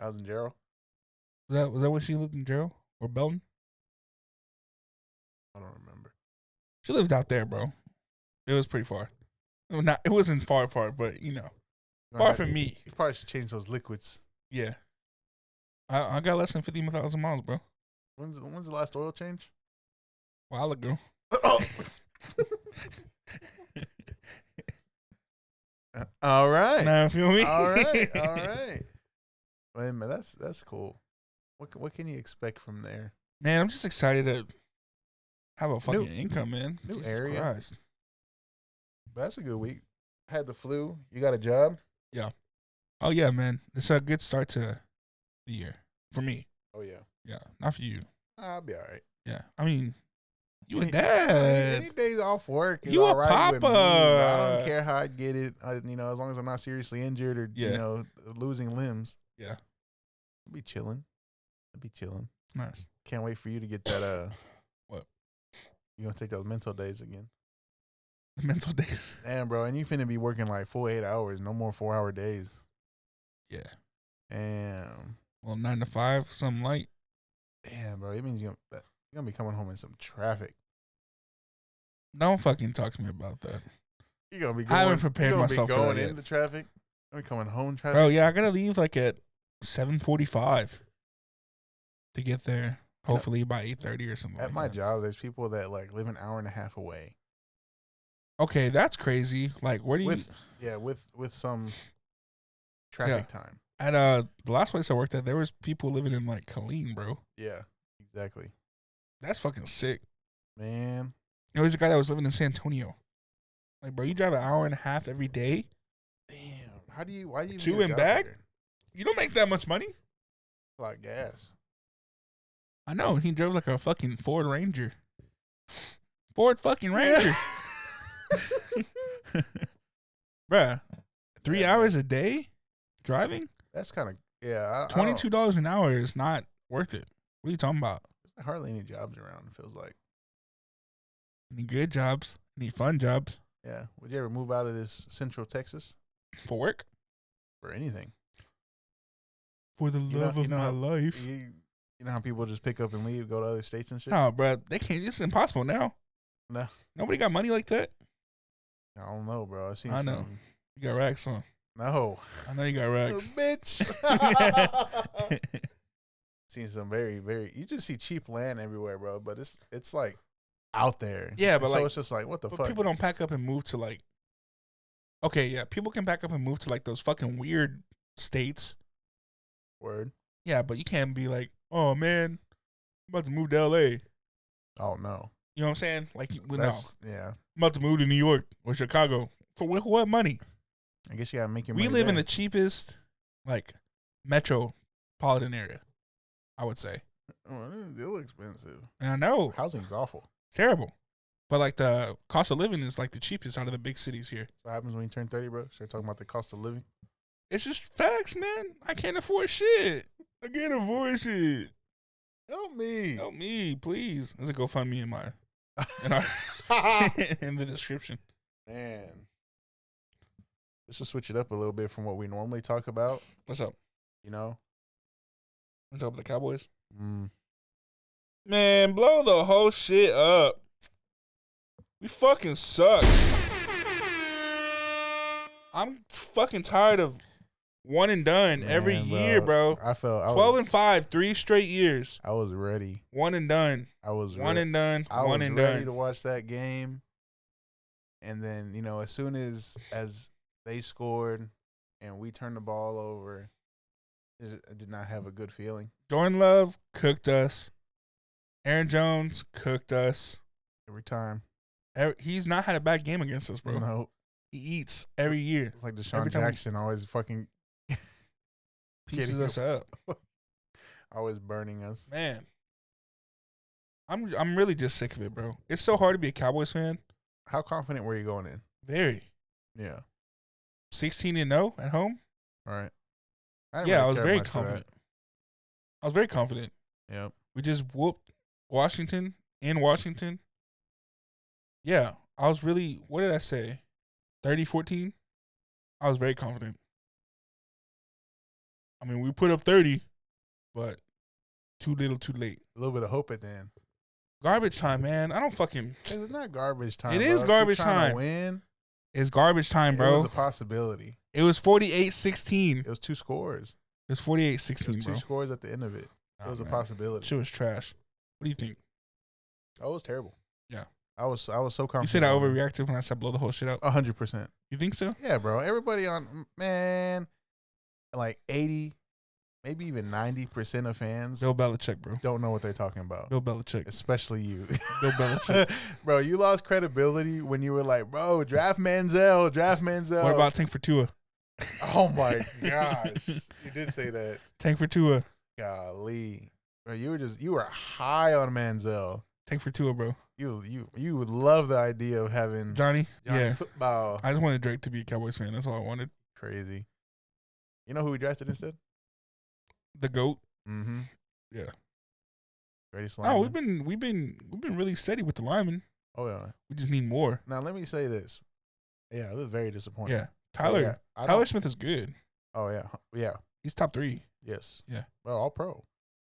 [SPEAKER 3] I was in Gerald.
[SPEAKER 2] Was that was that when she lived in Gerald? Or Belton?
[SPEAKER 3] I don't remember.
[SPEAKER 2] She lived out there, bro. It was pretty far. Well, Not it wasn't far far, but you know. Far from me.
[SPEAKER 3] You probably should change those liquids.
[SPEAKER 2] Yeah. I, I got less than 50,000 miles, bro.
[SPEAKER 3] When's when's the last oil
[SPEAKER 2] <coughs>
[SPEAKER 3] change?
[SPEAKER 2] While ago.
[SPEAKER 3] All right.
[SPEAKER 2] Nah, feel me? <laughs>
[SPEAKER 3] all right, all right. Wait a minute, that's that's cool. What can, what can you expect from there?
[SPEAKER 2] Man, I'm just excited to have a fucking income, man.
[SPEAKER 3] new
[SPEAKER 2] Jesus
[SPEAKER 3] area.
[SPEAKER 2] Christ.
[SPEAKER 3] That's a good week. Had the flu. You got a job.
[SPEAKER 2] Oh, yeah, man. It's a good start to the year for me.
[SPEAKER 3] Oh yeah,
[SPEAKER 2] Yeah, not for you.
[SPEAKER 3] I'll be all right.
[SPEAKER 2] Yeah, I mean, you
[SPEAKER 3] <laughs>
[SPEAKER 2] a
[SPEAKER 3] Any- Any
[SPEAKER 2] dad.
[SPEAKER 3] days off work is
[SPEAKER 2] You a
[SPEAKER 3] all right with me. I
[SPEAKER 2] papa.
[SPEAKER 3] don't care how I get it. I, you know, as long as I'm not seriously injured or
[SPEAKER 2] Yeah.
[SPEAKER 3] you know losing limbs.
[SPEAKER 2] Yeah.
[SPEAKER 3] I'll be chilling. I'll be chilling.
[SPEAKER 2] Nice.
[SPEAKER 3] Can't wait for you to get that. Uh,
[SPEAKER 2] <coughs> What?
[SPEAKER 3] You gonna take those mental days again?
[SPEAKER 2] Mental <laughs> days.
[SPEAKER 3] Damn, bro, and you finna be working like full eight hours. No more four hour days.
[SPEAKER 2] Yeah.
[SPEAKER 3] Damn.
[SPEAKER 2] Well, nine to five, something light.
[SPEAKER 3] Damn, bro. It means you're gonna, you're gonna be coming home in some traffic.
[SPEAKER 2] Don't fucking talk to me about that.
[SPEAKER 3] You're gonna be
[SPEAKER 2] I
[SPEAKER 3] going.
[SPEAKER 2] haven't prepared
[SPEAKER 3] you're gonna
[SPEAKER 2] myself
[SPEAKER 3] be
[SPEAKER 2] for
[SPEAKER 3] going
[SPEAKER 2] that yet.
[SPEAKER 3] into traffic. I'm coming home traffic.
[SPEAKER 2] Bro, yeah, I gotta leave like at seven forty-five to get there. Hopefully by eight thirty or something.
[SPEAKER 3] At
[SPEAKER 2] like
[SPEAKER 3] my
[SPEAKER 2] that.
[SPEAKER 3] job, there's people that like live an hour and a half away.
[SPEAKER 2] Okay, that's crazy. Like, where do you
[SPEAKER 3] With yeah, with with some traffic time.
[SPEAKER 2] at uh the last place I worked at? There was people living in like Colleen, bro.
[SPEAKER 3] Yeah, exactly.
[SPEAKER 2] That's fucking sick.
[SPEAKER 3] Man,
[SPEAKER 2] There was a guy that was living in San Antonio. Like, bro, you drive an hour and a half every day.
[SPEAKER 3] damn. How do you? Why do you even
[SPEAKER 2] To
[SPEAKER 3] get a
[SPEAKER 2] and
[SPEAKER 3] job
[SPEAKER 2] back?
[SPEAKER 3] there?
[SPEAKER 2] You don't make that much money.
[SPEAKER 3] It's
[SPEAKER 2] <laughs>
[SPEAKER 3] Like gas.
[SPEAKER 2] I know. He drove like a fucking Ford Ranger. <sighs> Ford fucking Ranger. <laughs> Bruh. Three
[SPEAKER 3] Yeah.
[SPEAKER 2] hours a day driving?
[SPEAKER 3] That's kind of yeah. I- I,
[SPEAKER 2] Twenty
[SPEAKER 3] don't-
[SPEAKER 2] two dollars an hour is not worth it. What are you talking about?
[SPEAKER 3] There's hardly any jobs around. It feels like.
[SPEAKER 2] Need good jobs. Need fun jobs.
[SPEAKER 3] Yeah. Would you ever move out of this central Texas
[SPEAKER 2] For work?
[SPEAKER 3] for anything?
[SPEAKER 2] For the
[SPEAKER 3] You know-
[SPEAKER 2] love
[SPEAKER 3] you
[SPEAKER 2] of
[SPEAKER 3] know
[SPEAKER 2] my
[SPEAKER 3] how-
[SPEAKER 2] life.
[SPEAKER 3] You, you know how people just pick up and leave, go to other states and shit?
[SPEAKER 2] No, bruh. They can't it's impossible now.
[SPEAKER 3] No.
[SPEAKER 2] Nobody got money like that.
[SPEAKER 3] I don't know, bro. I seen
[SPEAKER 2] I know.
[SPEAKER 3] some.
[SPEAKER 2] You got racks on.
[SPEAKER 3] No.
[SPEAKER 2] I know you got <laughs> racks.
[SPEAKER 3] Bitch. <laughs> seen some very, very you just see cheap land everywhere, bro, but it's it's like out there.
[SPEAKER 2] Yeah, but
[SPEAKER 3] so
[SPEAKER 2] like-
[SPEAKER 3] it's just like what the
[SPEAKER 2] But
[SPEAKER 3] fuck?
[SPEAKER 2] people don't pack up and move to like. Okay, yeah, people can pack up and move to like those fucking weird states.
[SPEAKER 3] word.
[SPEAKER 2] Yeah, but you can't be like, oh man, I'm about to move to L.A.
[SPEAKER 3] Oh no.
[SPEAKER 2] You know what I'm saying? Like, you, well, no, I'm
[SPEAKER 3] That's, Yeah.
[SPEAKER 2] about to move to New York or Chicago for what, what money?
[SPEAKER 3] I guess you gotta make your
[SPEAKER 2] We
[SPEAKER 3] money
[SPEAKER 2] live in the
[SPEAKER 3] there.
[SPEAKER 2] cheapest, like, metropolitan area. I would say.
[SPEAKER 3] Oh, it's real expensive.
[SPEAKER 2] And I know
[SPEAKER 3] Housing's awful.
[SPEAKER 2] terrible, but like the cost of living is like the cheapest out of the big cities here.
[SPEAKER 3] What happens when you turn thirty, bro? Start talking about the cost of living.
[SPEAKER 2] It's just facts, man. I can't afford shit. I can't afford shit.
[SPEAKER 3] Help me.
[SPEAKER 2] Help me, please. There's a GoFundMe in my in, our,
[SPEAKER 3] <laughs>
[SPEAKER 2] <laughs> in the description.
[SPEAKER 3] Man. Just to switch it up a little bit from what we normally talk about,
[SPEAKER 2] What's up?
[SPEAKER 3] you know?
[SPEAKER 2] What's up with the Cowboys?
[SPEAKER 3] Mm.
[SPEAKER 2] Man, blow the whole shit up. We fucking suck. I'm fucking tired of one and done every
[SPEAKER 3] Man,
[SPEAKER 2] year, bro.
[SPEAKER 3] I felt I
[SPEAKER 2] Twelve
[SPEAKER 3] was,
[SPEAKER 2] and five, three straight years.
[SPEAKER 3] I was ready.
[SPEAKER 2] One and done.
[SPEAKER 3] I was
[SPEAKER 2] One
[SPEAKER 3] re-
[SPEAKER 2] and done.
[SPEAKER 3] I
[SPEAKER 2] one
[SPEAKER 3] was
[SPEAKER 2] and
[SPEAKER 3] ready
[SPEAKER 2] done.
[SPEAKER 3] to watch that game. And then, you know, as soon as as they scored and we turned the ball over, I just- I did not have a good feeling.
[SPEAKER 2] Jordan Love cooked us. Aaron Jones cooked us.
[SPEAKER 3] Every time.
[SPEAKER 2] Ev- He's not had a bad game against us, bro.
[SPEAKER 3] No.
[SPEAKER 2] He eats every year.
[SPEAKER 3] It's like
[SPEAKER 2] Every
[SPEAKER 3] Deshaun
[SPEAKER 2] time we-
[SPEAKER 3] Jackson always fucking
[SPEAKER 2] Pieces
[SPEAKER 3] Kidding.
[SPEAKER 2] us up,
[SPEAKER 3] always burning us.
[SPEAKER 2] man. I'm I'm really just sick of it, bro. It's so hard to be a Cowboys fan.
[SPEAKER 3] How confident were you going in?
[SPEAKER 2] Very
[SPEAKER 3] Yeah.
[SPEAKER 2] sixteen and zero at home.
[SPEAKER 3] All right. didn't
[SPEAKER 2] Yeah,
[SPEAKER 3] really
[SPEAKER 2] I was
[SPEAKER 3] care
[SPEAKER 2] very
[SPEAKER 3] much for that.
[SPEAKER 2] confident. I was very confident.
[SPEAKER 3] Yep.
[SPEAKER 2] We just whooped Washington in Washington. Yeah, I was really. What did I say? 30-14? I was very confident. I mean, we put up thirty, but too little, too late.
[SPEAKER 3] A little bit of hope at the end.
[SPEAKER 2] Garbage time, man. I don't fucking.
[SPEAKER 3] It's not garbage time.
[SPEAKER 2] It
[SPEAKER 3] bro.
[SPEAKER 2] is
[SPEAKER 3] If you're
[SPEAKER 2] garbage
[SPEAKER 3] trying to
[SPEAKER 2] time.
[SPEAKER 3] win,
[SPEAKER 2] It's garbage time,
[SPEAKER 3] It was
[SPEAKER 2] bro.
[SPEAKER 3] a possibility.
[SPEAKER 2] It was 48-16.
[SPEAKER 3] It was two scores.
[SPEAKER 2] It was
[SPEAKER 3] It was
[SPEAKER 2] 48-16,
[SPEAKER 3] two
[SPEAKER 2] bro.
[SPEAKER 3] scores at the end of it. It
[SPEAKER 2] Nah,
[SPEAKER 3] was a
[SPEAKER 2] man.
[SPEAKER 3] possibility.
[SPEAKER 2] Shit was trash. What do you think?
[SPEAKER 3] Oh, it was terrible.
[SPEAKER 2] Yeah.
[SPEAKER 3] I was I was so
[SPEAKER 2] You
[SPEAKER 3] confident.
[SPEAKER 2] said I overreacted when I said blow the whole shit up.
[SPEAKER 3] hundred percent.
[SPEAKER 2] You think so?
[SPEAKER 3] Yeah, bro. Everybody on man, like eighty, maybe even ninety percent of fans
[SPEAKER 2] Bill Belichick, bro.
[SPEAKER 3] don't know what they're talking about.
[SPEAKER 2] Bill Belichick. <laughs>
[SPEAKER 3] Especially you. <laughs>
[SPEAKER 2] Bill Belichick.
[SPEAKER 3] bro, you lost credibility when you were like, bro, draft Manziel, draft Manziel.
[SPEAKER 2] What about Tank for Tua?
[SPEAKER 3] <laughs> Oh my
[SPEAKER 2] <laughs>
[SPEAKER 3] gosh. You did say that.
[SPEAKER 2] Tank for Tua.
[SPEAKER 3] Golly. Bro, you were just you were high on Manziel.
[SPEAKER 2] Tank for Tua, bro.
[SPEAKER 3] You you you would love the idea of having
[SPEAKER 2] Johnny?
[SPEAKER 3] Johnny
[SPEAKER 2] Yeah.
[SPEAKER 3] football.
[SPEAKER 2] I just wanted Drake to be a Cowboys fan. That's all I wanted.
[SPEAKER 3] Crazy. You know who we
[SPEAKER 2] Mm-hmm.
[SPEAKER 3] drafted instead?
[SPEAKER 2] The GOAT.
[SPEAKER 3] Mm-hmm.
[SPEAKER 2] Yeah. Oh,
[SPEAKER 3] Greatest
[SPEAKER 2] No,
[SPEAKER 3] lineman.
[SPEAKER 2] we've been we've been we've been really steady with the linemen.
[SPEAKER 3] oh yeah.
[SPEAKER 2] We just need more.
[SPEAKER 3] Now let me say this. Yeah, it was very disappointing.
[SPEAKER 2] Yeah.
[SPEAKER 3] Oh,
[SPEAKER 2] Tyler
[SPEAKER 3] yeah. I
[SPEAKER 2] Tyler
[SPEAKER 3] don't-
[SPEAKER 2] Smith is good.
[SPEAKER 3] Oh yeah. Yeah.
[SPEAKER 2] He's top three.
[SPEAKER 3] Yes.
[SPEAKER 2] Yeah.
[SPEAKER 3] Bro, all pro.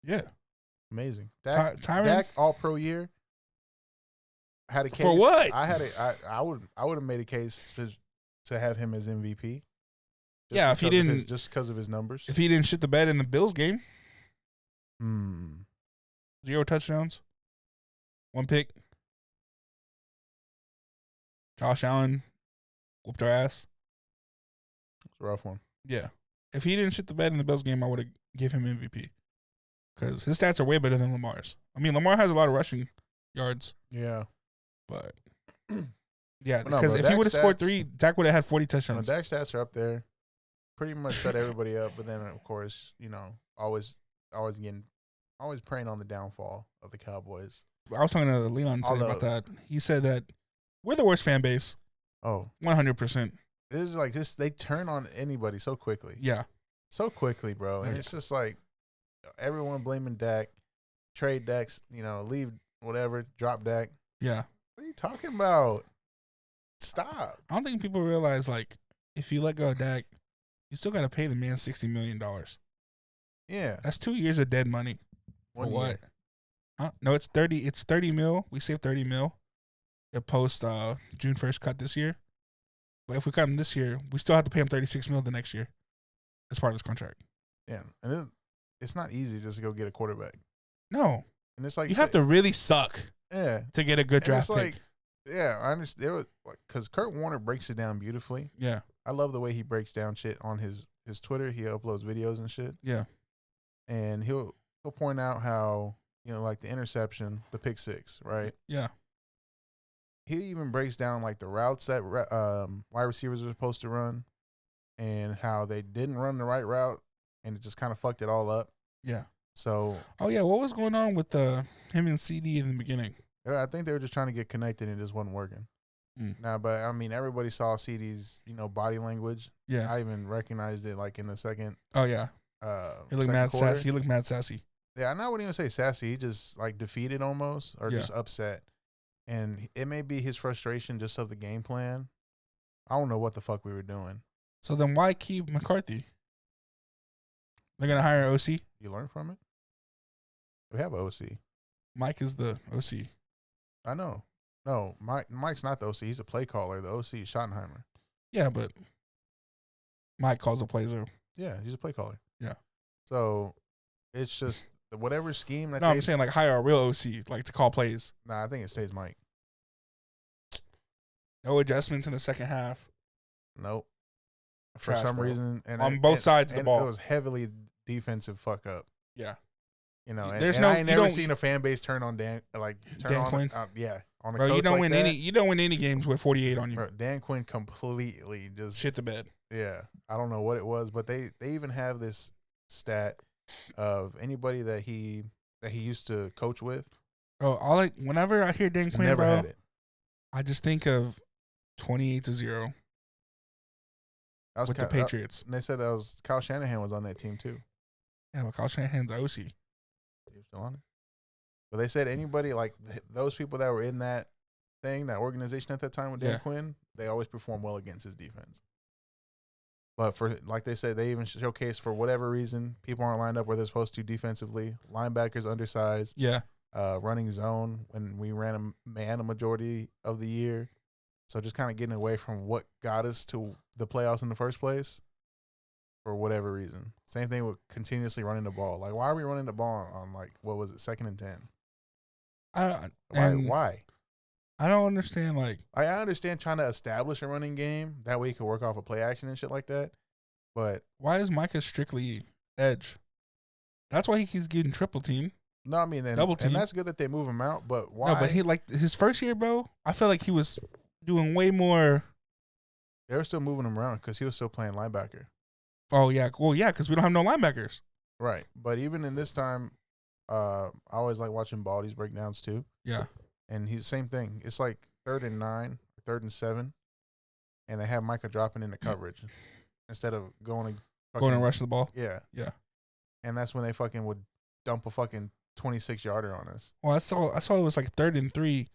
[SPEAKER 2] Yeah.
[SPEAKER 3] Amazing.
[SPEAKER 2] Ty-
[SPEAKER 3] Dak,
[SPEAKER 2] Tyron
[SPEAKER 3] Dak all pro year. Had a
[SPEAKER 2] For
[SPEAKER 3] case
[SPEAKER 2] what?
[SPEAKER 3] I had a I, I would I would have made a case to to have him as MVP. Just
[SPEAKER 2] Yeah, if he
[SPEAKER 3] because of his-
[SPEAKER 2] didn't-
[SPEAKER 3] just because of his numbers.
[SPEAKER 2] if he didn't shit the bed in the Bills game,
[SPEAKER 3] Hmm.
[SPEAKER 2] zero touchdowns, one pick. Josh Allen whooped our ass.
[SPEAKER 3] It's a rough one.
[SPEAKER 2] Yeah. If he didn't shit the bed in the Bills game, I would have give him MVP. Because his stats are way better than Lamar's. I mean, Lamar has a lot of rushing yards,
[SPEAKER 3] Yeah. <clears throat>
[SPEAKER 2] but yeah,
[SPEAKER 3] But no,
[SPEAKER 2] because
[SPEAKER 3] bro,
[SPEAKER 2] if he
[SPEAKER 3] Dak's
[SPEAKER 2] would have scored
[SPEAKER 3] stats-
[SPEAKER 2] three, Dak would have had forty
[SPEAKER 3] You know,
[SPEAKER 2] touchdowns.
[SPEAKER 3] Dak stats are up there. Pretty much shut everybody up, but then of course, you know, always always getting always preying on the downfall of the Cowboys.
[SPEAKER 2] I was talking to Leon today about
[SPEAKER 3] Although-
[SPEAKER 2] that. He said that we're the worst fan base,
[SPEAKER 3] Oh.
[SPEAKER 2] one hundred percent.
[SPEAKER 3] It is like just they turn on anybody so quickly.
[SPEAKER 2] Yeah,
[SPEAKER 3] so quickly, bro. And
[SPEAKER 2] Yeah.
[SPEAKER 3] it's just like everyone blaming Dak, trade Dax, you know, leave whatever, drop Dak.
[SPEAKER 2] yeah.
[SPEAKER 3] What are you talking about? Stop.
[SPEAKER 2] I don't think people realize like if you let go of Dak, you still gotta pay the man sixty million dollars.
[SPEAKER 3] Yeah.
[SPEAKER 2] That's two years of dead money. For
[SPEAKER 3] One year.
[SPEAKER 2] what? Huh? No, it's thirty. It's thirty mil. We saved thirty mil. It post uh, June first cut this year, but if we cut him this year, we still have to pay him thirty six mil the next year. As part of his contract.
[SPEAKER 3] Yeah. And it, it's not easy just to go get a quarterback.
[SPEAKER 2] No,
[SPEAKER 3] And it's like
[SPEAKER 2] you have to really suck
[SPEAKER 3] Yeah.
[SPEAKER 2] to get a good
[SPEAKER 3] And it's
[SPEAKER 2] draft pick.
[SPEAKER 3] like yeah, I understand. There was like because Kurt Warner breaks it down beautifully.
[SPEAKER 2] yeah,
[SPEAKER 3] I love the way he breaks down shit on his his Twitter. He uploads videos and shit.
[SPEAKER 2] Yeah.
[SPEAKER 3] And he'll he'll point out how you know like the interception, the pick six, right?
[SPEAKER 2] yeah,
[SPEAKER 3] he even breaks down like the routes that re- um, wide receivers are supposed to run and how they didn't run the right route and it just kind of fucked it all up.
[SPEAKER 2] yeah.
[SPEAKER 3] So
[SPEAKER 2] Oh yeah, what was going on with uh, him and CD in the beginning?
[SPEAKER 3] uh, I think they were just trying to get connected and it just wasn't working.
[SPEAKER 2] Mm.
[SPEAKER 3] Now, but I mean, everybody saw CD's, you know, body language.
[SPEAKER 2] Yeah.
[SPEAKER 3] I even recognized it like in the second.
[SPEAKER 2] oh yeah,
[SPEAKER 3] Uh,
[SPEAKER 2] he looked
[SPEAKER 3] second
[SPEAKER 2] mad
[SPEAKER 3] quarter.
[SPEAKER 2] sassy. He looked mad sassy.
[SPEAKER 3] Yeah, and I wouldn't even say sassy. He just like defeated almost or
[SPEAKER 2] Yeah.
[SPEAKER 3] just upset. And it may be his frustration just of the game plan. I don't know what the fuck we were doing.
[SPEAKER 2] So then why keep McCarthy? They're gonna hire an OC.
[SPEAKER 3] You learn from it. We have a OC.
[SPEAKER 2] Mike is the OC.
[SPEAKER 3] I know. No, Mike. Mike's not the OC. He's a play caller. The OC is Schottenheimer.
[SPEAKER 2] Yeah, but Mike calls the plays. though.
[SPEAKER 3] Yeah, he's a play caller.
[SPEAKER 2] Yeah.
[SPEAKER 3] So it's just whatever scheme that
[SPEAKER 2] No,
[SPEAKER 3] they.
[SPEAKER 2] I'm saying like hire a real OC, like to call plays.
[SPEAKER 3] nah, I think it stays Mike.
[SPEAKER 2] No adjustments in the second half.
[SPEAKER 3] Nope. For
[SPEAKER 2] Trash,
[SPEAKER 3] some
[SPEAKER 2] bro.
[SPEAKER 3] reason, and
[SPEAKER 2] On
[SPEAKER 3] it-
[SPEAKER 2] both
[SPEAKER 3] and-
[SPEAKER 2] sides of the
[SPEAKER 3] and
[SPEAKER 2] ball.
[SPEAKER 3] it was heavily defensive fuck up.
[SPEAKER 2] Yeah.
[SPEAKER 3] You know,
[SPEAKER 2] Y-
[SPEAKER 3] and,
[SPEAKER 2] there's no-
[SPEAKER 3] There's no, I
[SPEAKER 2] you
[SPEAKER 3] ain't never
[SPEAKER 2] don't-
[SPEAKER 3] seen a fan base turn on Dan like turn
[SPEAKER 2] Dan
[SPEAKER 3] on
[SPEAKER 2] Quinn?
[SPEAKER 3] uh, yeah on a
[SPEAKER 2] Bro,
[SPEAKER 3] coach
[SPEAKER 2] you don't
[SPEAKER 3] like
[SPEAKER 2] win
[SPEAKER 3] that.
[SPEAKER 2] any you don't win any games with 48 on you.
[SPEAKER 3] Bro, Dan Quinn completely just
[SPEAKER 2] Shit the bed.
[SPEAKER 3] Yeah, I don't know what it was, but they they even have this stat of anybody that he that he used to coach with
[SPEAKER 2] Bro, all like whenever I hear Dan Quinn,
[SPEAKER 3] never
[SPEAKER 2] bro,
[SPEAKER 3] had it.
[SPEAKER 2] I just think of 28 to 0
[SPEAKER 3] That was uh,
[SPEAKER 2] with the
[SPEAKER 3] Ky- that-
[SPEAKER 2] Patriots.
[SPEAKER 3] and they said that was Kyle Shanahan was on that team too.
[SPEAKER 2] yeah, but Kyle Shanahan's the OC.
[SPEAKER 3] He was still on it. But they said anybody like th- those people that were in that thing, that organization at that time with Dan
[SPEAKER 2] Yeah.
[SPEAKER 3] Quinn, they always perform well against his defense. But for like they said, they even showcase for whatever reason people aren't lined up where they're supposed to defensively. Linebackers undersized.
[SPEAKER 2] Yeah.
[SPEAKER 3] uh, running zone when we ran a man a majority of the year. So just kind of getting away from what got us to the playoffs in the first place for whatever reason. Same thing with continuously running the ball. Like why are we running the ball on, on, like what was it, second and ten?
[SPEAKER 2] I
[SPEAKER 3] Why
[SPEAKER 2] and
[SPEAKER 3] why?
[SPEAKER 2] I don't understand. Like
[SPEAKER 3] I I understand trying to establish a running game. That way you can work off a play action and shit like that. But
[SPEAKER 2] why is Micah strictly edge? That's why he keeps getting triple team.
[SPEAKER 3] no, I mean then
[SPEAKER 2] Double team.
[SPEAKER 3] and that's good that they move him out, but why
[SPEAKER 2] No, but he like his first year, bro. I feel like he was doing way more.
[SPEAKER 3] they were still moving him around because he was still playing linebacker.
[SPEAKER 2] Oh yeah, well yeah, because we don't have no linebackers.
[SPEAKER 3] Right. But even in this time, uh, I always like watching Baldy's breakdowns too.
[SPEAKER 2] Yeah.
[SPEAKER 3] And he's the same thing. It's like third and nine, third and seven, and they have Micah dropping into coverage instead of going
[SPEAKER 2] Going
[SPEAKER 3] and fucking-
[SPEAKER 2] and rush the ball.
[SPEAKER 3] Yeah.
[SPEAKER 2] Yeah.
[SPEAKER 3] And that's when they fucking would dump a fucking twenty six yarder on us.
[SPEAKER 2] Well, I saw I saw it was like third and three,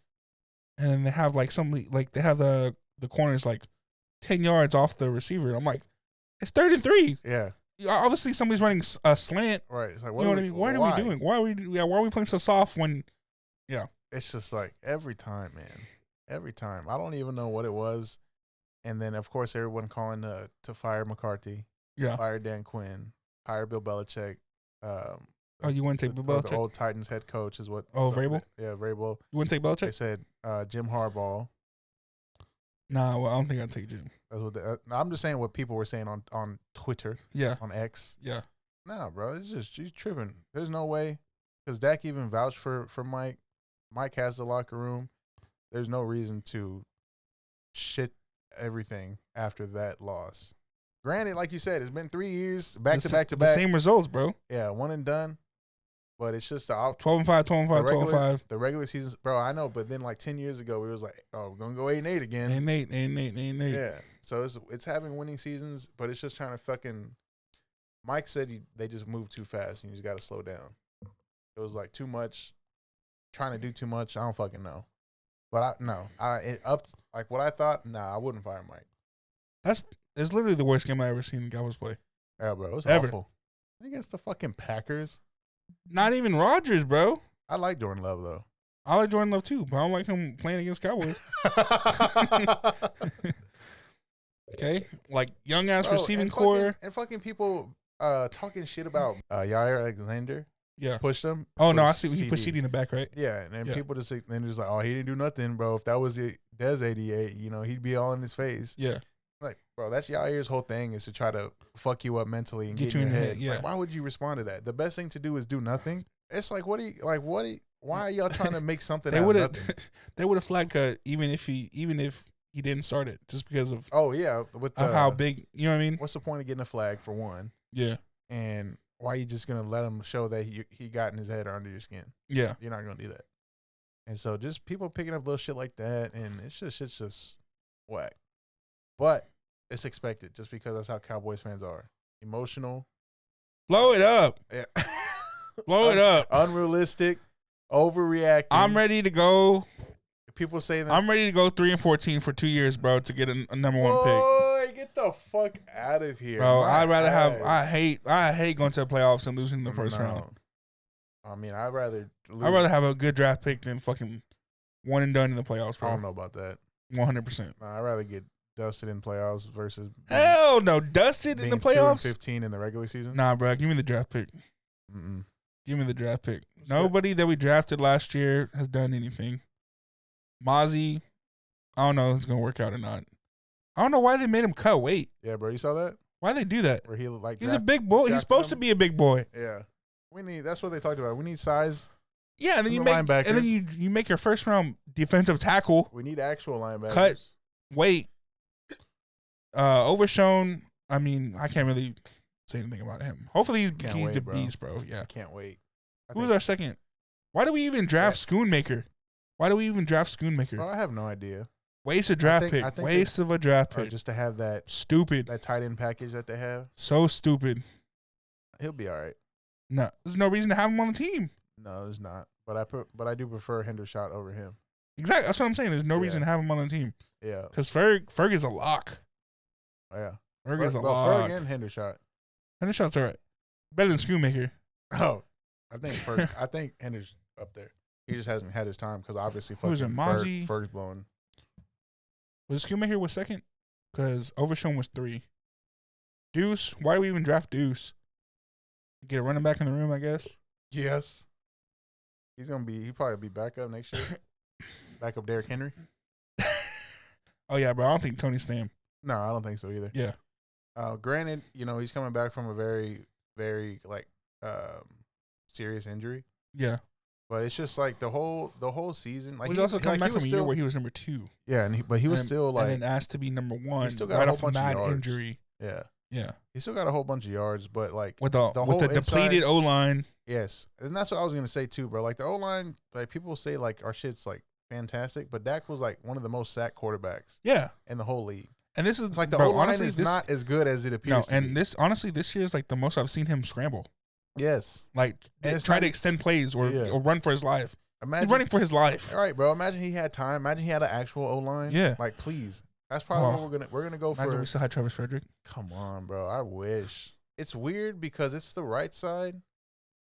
[SPEAKER 2] and then they have like somebody like they have the the corners like ten yards off the receiver. I'm like, it's third and three.
[SPEAKER 3] Yeah.
[SPEAKER 2] Yeah, Obviously, somebody's running s- a slant.
[SPEAKER 3] Right. It's like
[SPEAKER 2] You
[SPEAKER 3] what,
[SPEAKER 2] know
[SPEAKER 3] are,
[SPEAKER 2] what I
[SPEAKER 3] we,
[SPEAKER 2] mean? What are
[SPEAKER 3] why?
[SPEAKER 2] we doing? Why are we yeah, Why are we playing so soft when
[SPEAKER 3] It's just like every time, man. Every time. I don't even know what it was. And then of course everyone calling to to fire McCarthy.
[SPEAKER 2] yeah?
[SPEAKER 3] fire Dan Quinn, hire Bill Belichick. Um,
[SPEAKER 2] Oh, you wouldn't
[SPEAKER 3] the,
[SPEAKER 2] take Bill
[SPEAKER 3] the- the
[SPEAKER 2] Belichick.
[SPEAKER 3] old Titans head coach is what.
[SPEAKER 2] Oh,
[SPEAKER 3] is what
[SPEAKER 2] Vrabel?
[SPEAKER 3] they- Yeah, Vrabel.
[SPEAKER 2] you wouldn't take
[SPEAKER 3] They
[SPEAKER 2] Belichick.
[SPEAKER 3] said uh, Jim Harbaugh.
[SPEAKER 2] Nah, well, I don't think I'd take Jim.
[SPEAKER 3] That's what. They, uh, no, I'm just saying what people were saying on on Twitter
[SPEAKER 2] Yeah,
[SPEAKER 3] on X.
[SPEAKER 2] yeah.
[SPEAKER 3] Nah, bro, it's just you tripping. There's no way, because Dak even vouched for for Mike. Mike has the locker room. There's no reason to shit everything after that loss. Granted, like you said, it's been three years back
[SPEAKER 2] The
[SPEAKER 3] to
[SPEAKER 2] sa-
[SPEAKER 3] back to
[SPEAKER 2] the
[SPEAKER 3] back.
[SPEAKER 2] Same results, bro.
[SPEAKER 3] Yeah, one and done. But it's just the op-
[SPEAKER 2] Twelve and five, 12 and
[SPEAKER 3] the
[SPEAKER 2] five, 12
[SPEAKER 3] regular,
[SPEAKER 2] and five.
[SPEAKER 3] the regular seasons, bro. I know, but then like ten years ago, we was like, oh, we're gonna go eight and eight again.
[SPEAKER 2] And eight, and eight, and eight.
[SPEAKER 3] yeah. So it's it's having winning seasons, but it's just trying to fucking. Mike said you, they just move too fast, and you just got to slow down. It was like too much, trying to do too much. I don't fucking know, but I no, I it up like what I thought. Nah, I wouldn't fire Mike.
[SPEAKER 2] That's it's literally the worst game I ever seen the Cowboys play.
[SPEAKER 3] Yeah, bro, it was
[SPEAKER 2] Ever.
[SPEAKER 3] awful against the fucking Packers.
[SPEAKER 2] Not even Rodgers, bro.
[SPEAKER 3] I like Jordan Love though.
[SPEAKER 2] I like Jordan Love too, but I don't like him playing against
[SPEAKER 3] <laughs>
[SPEAKER 2] Cowboys. <laughs> okay, like young ass
[SPEAKER 3] Bro,
[SPEAKER 2] receiving
[SPEAKER 3] Oh, and fucking-
[SPEAKER 2] core.
[SPEAKER 3] and fucking people uh talking shit about uh Yair Alexander
[SPEAKER 2] yeah.
[SPEAKER 3] pushed him.
[SPEAKER 2] Oh no,
[SPEAKER 3] for
[SPEAKER 2] I see. He put CD in the back, right?
[SPEAKER 3] Yeah, and then
[SPEAKER 2] Yeah.
[SPEAKER 3] people just like- then just like, oh, he didn't do nothing, bro. If that was it, Des eighty eight, you know, he'd be all in his face.
[SPEAKER 2] Yeah.
[SPEAKER 3] Like, bro, that's Yair's whole thing is to try to fuck you up mentally and get, you in your head. Like, why would you respond to that? The best thing to do is do nothing. It's like, what are you like? What? Are you, why are
[SPEAKER 2] <laughs>
[SPEAKER 3] y'all trying to make something?
[SPEAKER 2] They
[SPEAKER 3] out
[SPEAKER 2] would
[SPEAKER 3] of
[SPEAKER 2] have.
[SPEAKER 3] nothing?
[SPEAKER 2] <laughs> they would have flag cut even if he even if he didn't start it just because of,
[SPEAKER 3] Oh yeah, with the,
[SPEAKER 2] of how big. You know what I mean?
[SPEAKER 3] What's the point of getting a flag for one?
[SPEAKER 2] Yeah.
[SPEAKER 3] and why you just gonna let him show that he he got in his head or under your skin?
[SPEAKER 2] Yeah.
[SPEAKER 3] You're not gonna do that. And so just people picking up little shit like that, and it's just it's just whack. But it's expected just because that's how Cowboys fans are. Emotional,
[SPEAKER 2] Blow it up.
[SPEAKER 3] yeah.
[SPEAKER 2] Blow it
[SPEAKER 3] Uh.
[SPEAKER 2] up.
[SPEAKER 3] <laughs> unrealistic, overreacting.
[SPEAKER 2] I'm ready to go.
[SPEAKER 3] People say that.
[SPEAKER 2] I'm ready to go three and fourteen for two years, bro, to get a, a number one pick.
[SPEAKER 3] Boy, get the fuck out of here,
[SPEAKER 2] Bro,
[SPEAKER 3] My
[SPEAKER 2] I'd rather have. I
[SPEAKER 3] ass.
[SPEAKER 2] hate. I hate going to the playoffs and losing in the first
[SPEAKER 3] No.
[SPEAKER 2] round.
[SPEAKER 3] I mean, I'd rather.
[SPEAKER 2] I'd rather have a good draft pick than fucking one and done in the playoffs,
[SPEAKER 3] I
[SPEAKER 2] bro.
[SPEAKER 3] don't know about that.
[SPEAKER 2] One hundred percent.
[SPEAKER 3] Nah, I'd rather get dusted in playoffs versus being-
[SPEAKER 2] Hell no, dusted in
[SPEAKER 3] Mm. being
[SPEAKER 2] the
[SPEAKER 3] two and
[SPEAKER 2] playoffs.
[SPEAKER 3] Fifteen in the regular season.
[SPEAKER 2] Nah, bro. Give me the draft pick.
[SPEAKER 3] Mm-mm.
[SPEAKER 2] Give me the draft pick. Nobody that we drafted last year has done anything. Mozzie, I don't know if it's gonna work out or not. I don't know why they made him cut weight.
[SPEAKER 3] Yeah, bro, you saw that
[SPEAKER 2] Why they do that?
[SPEAKER 3] where he like
[SPEAKER 2] He's a
[SPEAKER 3] draft-
[SPEAKER 2] big boy. He's
[SPEAKER 3] drafted
[SPEAKER 2] supposed to
[SPEAKER 3] him?
[SPEAKER 2] be a big boy.
[SPEAKER 3] yeah. We need that's what they talked about. We need size.
[SPEAKER 2] Yeah, and then
[SPEAKER 3] He's
[SPEAKER 2] you
[SPEAKER 3] a
[SPEAKER 2] make and then
[SPEAKER 3] linebacker.
[SPEAKER 2] you you make your first round defensive tackle
[SPEAKER 3] We need actual linebackers.
[SPEAKER 2] Cut. Wait, Uh Overshone, I mean, I can't really say anything about him. Hopefully he's,
[SPEAKER 3] Can't
[SPEAKER 2] he's
[SPEAKER 3] wait,
[SPEAKER 2] the
[SPEAKER 3] bro.
[SPEAKER 2] beast, bro. Yeah.
[SPEAKER 3] I can't wait. I
[SPEAKER 2] Who's
[SPEAKER 3] think-
[SPEAKER 2] our second? Why do we even draft Schoonmaker? Why do we even draft Schoonmaker?
[SPEAKER 3] Bro, I have no idea.
[SPEAKER 2] Waste of draft
[SPEAKER 3] think- I
[SPEAKER 2] pick.
[SPEAKER 3] think
[SPEAKER 2] Waste of a draft
[SPEAKER 3] Or
[SPEAKER 2] pick.
[SPEAKER 3] just to have that
[SPEAKER 2] stupid.
[SPEAKER 3] that tight end package that they have,
[SPEAKER 2] So stupid.
[SPEAKER 3] he'll be all right.
[SPEAKER 2] No, there's no reason to have him on the team.
[SPEAKER 3] No, there's not. But I put, but I do prefer Hendershot over him.
[SPEAKER 2] Exactly. That's what I'm saying. There's no reason
[SPEAKER 3] Yeah.
[SPEAKER 2] to have him on the team
[SPEAKER 3] Yeah,
[SPEAKER 2] because Ferg Ferg is a lock.
[SPEAKER 3] yeah.
[SPEAKER 2] Ferg is a
[SPEAKER 3] Fer-
[SPEAKER 2] lock.
[SPEAKER 3] Ferg and Mm. Hendershot.
[SPEAKER 2] And the shots are better than Schoonmaker.
[SPEAKER 3] Oh,
[SPEAKER 2] <laughs>
[SPEAKER 3] I think Ferg, I think Hender's up there. He just hasn't had his time because obviously
[SPEAKER 2] Who
[SPEAKER 3] fucking
[SPEAKER 2] is it,
[SPEAKER 3] Ferg,
[SPEAKER 2] Mazi?
[SPEAKER 3] Ferg's blowing.
[SPEAKER 2] Was Kuma here was second? Because Overshone was three. Deuce, why do we even draft Deuce? Get a running back in the room, I guess.
[SPEAKER 3] Yes. He's gonna be. He probably be back up
[SPEAKER 2] <laughs>
[SPEAKER 3] next year. back up Derrick Henry.
[SPEAKER 2] Oh yeah, bro. I don't think Tony Stam.
[SPEAKER 3] No, I don't think so either.
[SPEAKER 2] Yeah.
[SPEAKER 3] Uh, granted, you know he's coming back from a very, very like um, serious injury,
[SPEAKER 2] Yeah.
[SPEAKER 3] but it's just like the whole the whole season.
[SPEAKER 2] Like,
[SPEAKER 3] Like
[SPEAKER 2] he's also coming
[SPEAKER 3] like,
[SPEAKER 2] back from
[SPEAKER 3] was
[SPEAKER 2] a year
[SPEAKER 3] still-
[SPEAKER 2] where he was number two.
[SPEAKER 3] yeah, and he, but he was
[SPEAKER 2] and-
[SPEAKER 3] still like
[SPEAKER 2] and then asked to be number one
[SPEAKER 3] still got a
[SPEAKER 2] right
[SPEAKER 3] whole
[SPEAKER 2] off
[SPEAKER 3] bunch of
[SPEAKER 2] mad
[SPEAKER 3] yards.
[SPEAKER 2] injury.
[SPEAKER 3] yeah,
[SPEAKER 2] Yeah.
[SPEAKER 3] he still got a whole bunch of yards, but like
[SPEAKER 2] With the,
[SPEAKER 3] The
[SPEAKER 2] with the
[SPEAKER 3] whole inside-
[SPEAKER 2] depleted O line.
[SPEAKER 3] yes, and that's what I was gonna say too, bro. Like the O line, like people say like our shit's like fantastic, but Dak was like one of the most sack quarterbacks
[SPEAKER 2] Yeah.
[SPEAKER 3] in the whole league.
[SPEAKER 2] And this is
[SPEAKER 3] It's like the
[SPEAKER 2] bro,
[SPEAKER 3] O line
[SPEAKER 2] honestly,
[SPEAKER 3] is
[SPEAKER 2] this,
[SPEAKER 3] not as good as it
[SPEAKER 2] No,
[SPEAKER 3] appears. to
[SPEAKER 2] and
[SPEAKER 3] be.
[SPEAKER 2] this honestly, this year is like the most I've seen him scramble.
[SPEAKER 3] yes,
[SPEAKER 2] Like
[SPEAKER 3] And it's
[SPEAKER 2] try
[SPEAKER 3] not
[SPEAKER 2] to
[SPEAKER 3] e-
[SPEAKER 2] extend plays or,
[SPEAKER 3] Yeah.
[SPEAKER 2] or run for his life.
[SPEAKER 3] imagine
[SPEAKER 2] He's running for his life.
[SPEAKER 3] <laughs> All right, bro. Imagine he had time. Imagine he had an actual O line.
[SPEAKER 2] Yeah.
[SPEAKER 3] Like, please. That's probably
[SPEAKER 2] Oh.
[SPEAKER 3] what we're gonna we're gonna go
[SPEAKER 2] Imagine
[SPEAKER 3] for.
[SPEAKER 2] we still had Travis Frederick.
[SPEAKER 3] Come on, bro. I wish. It's weird because it's the right side,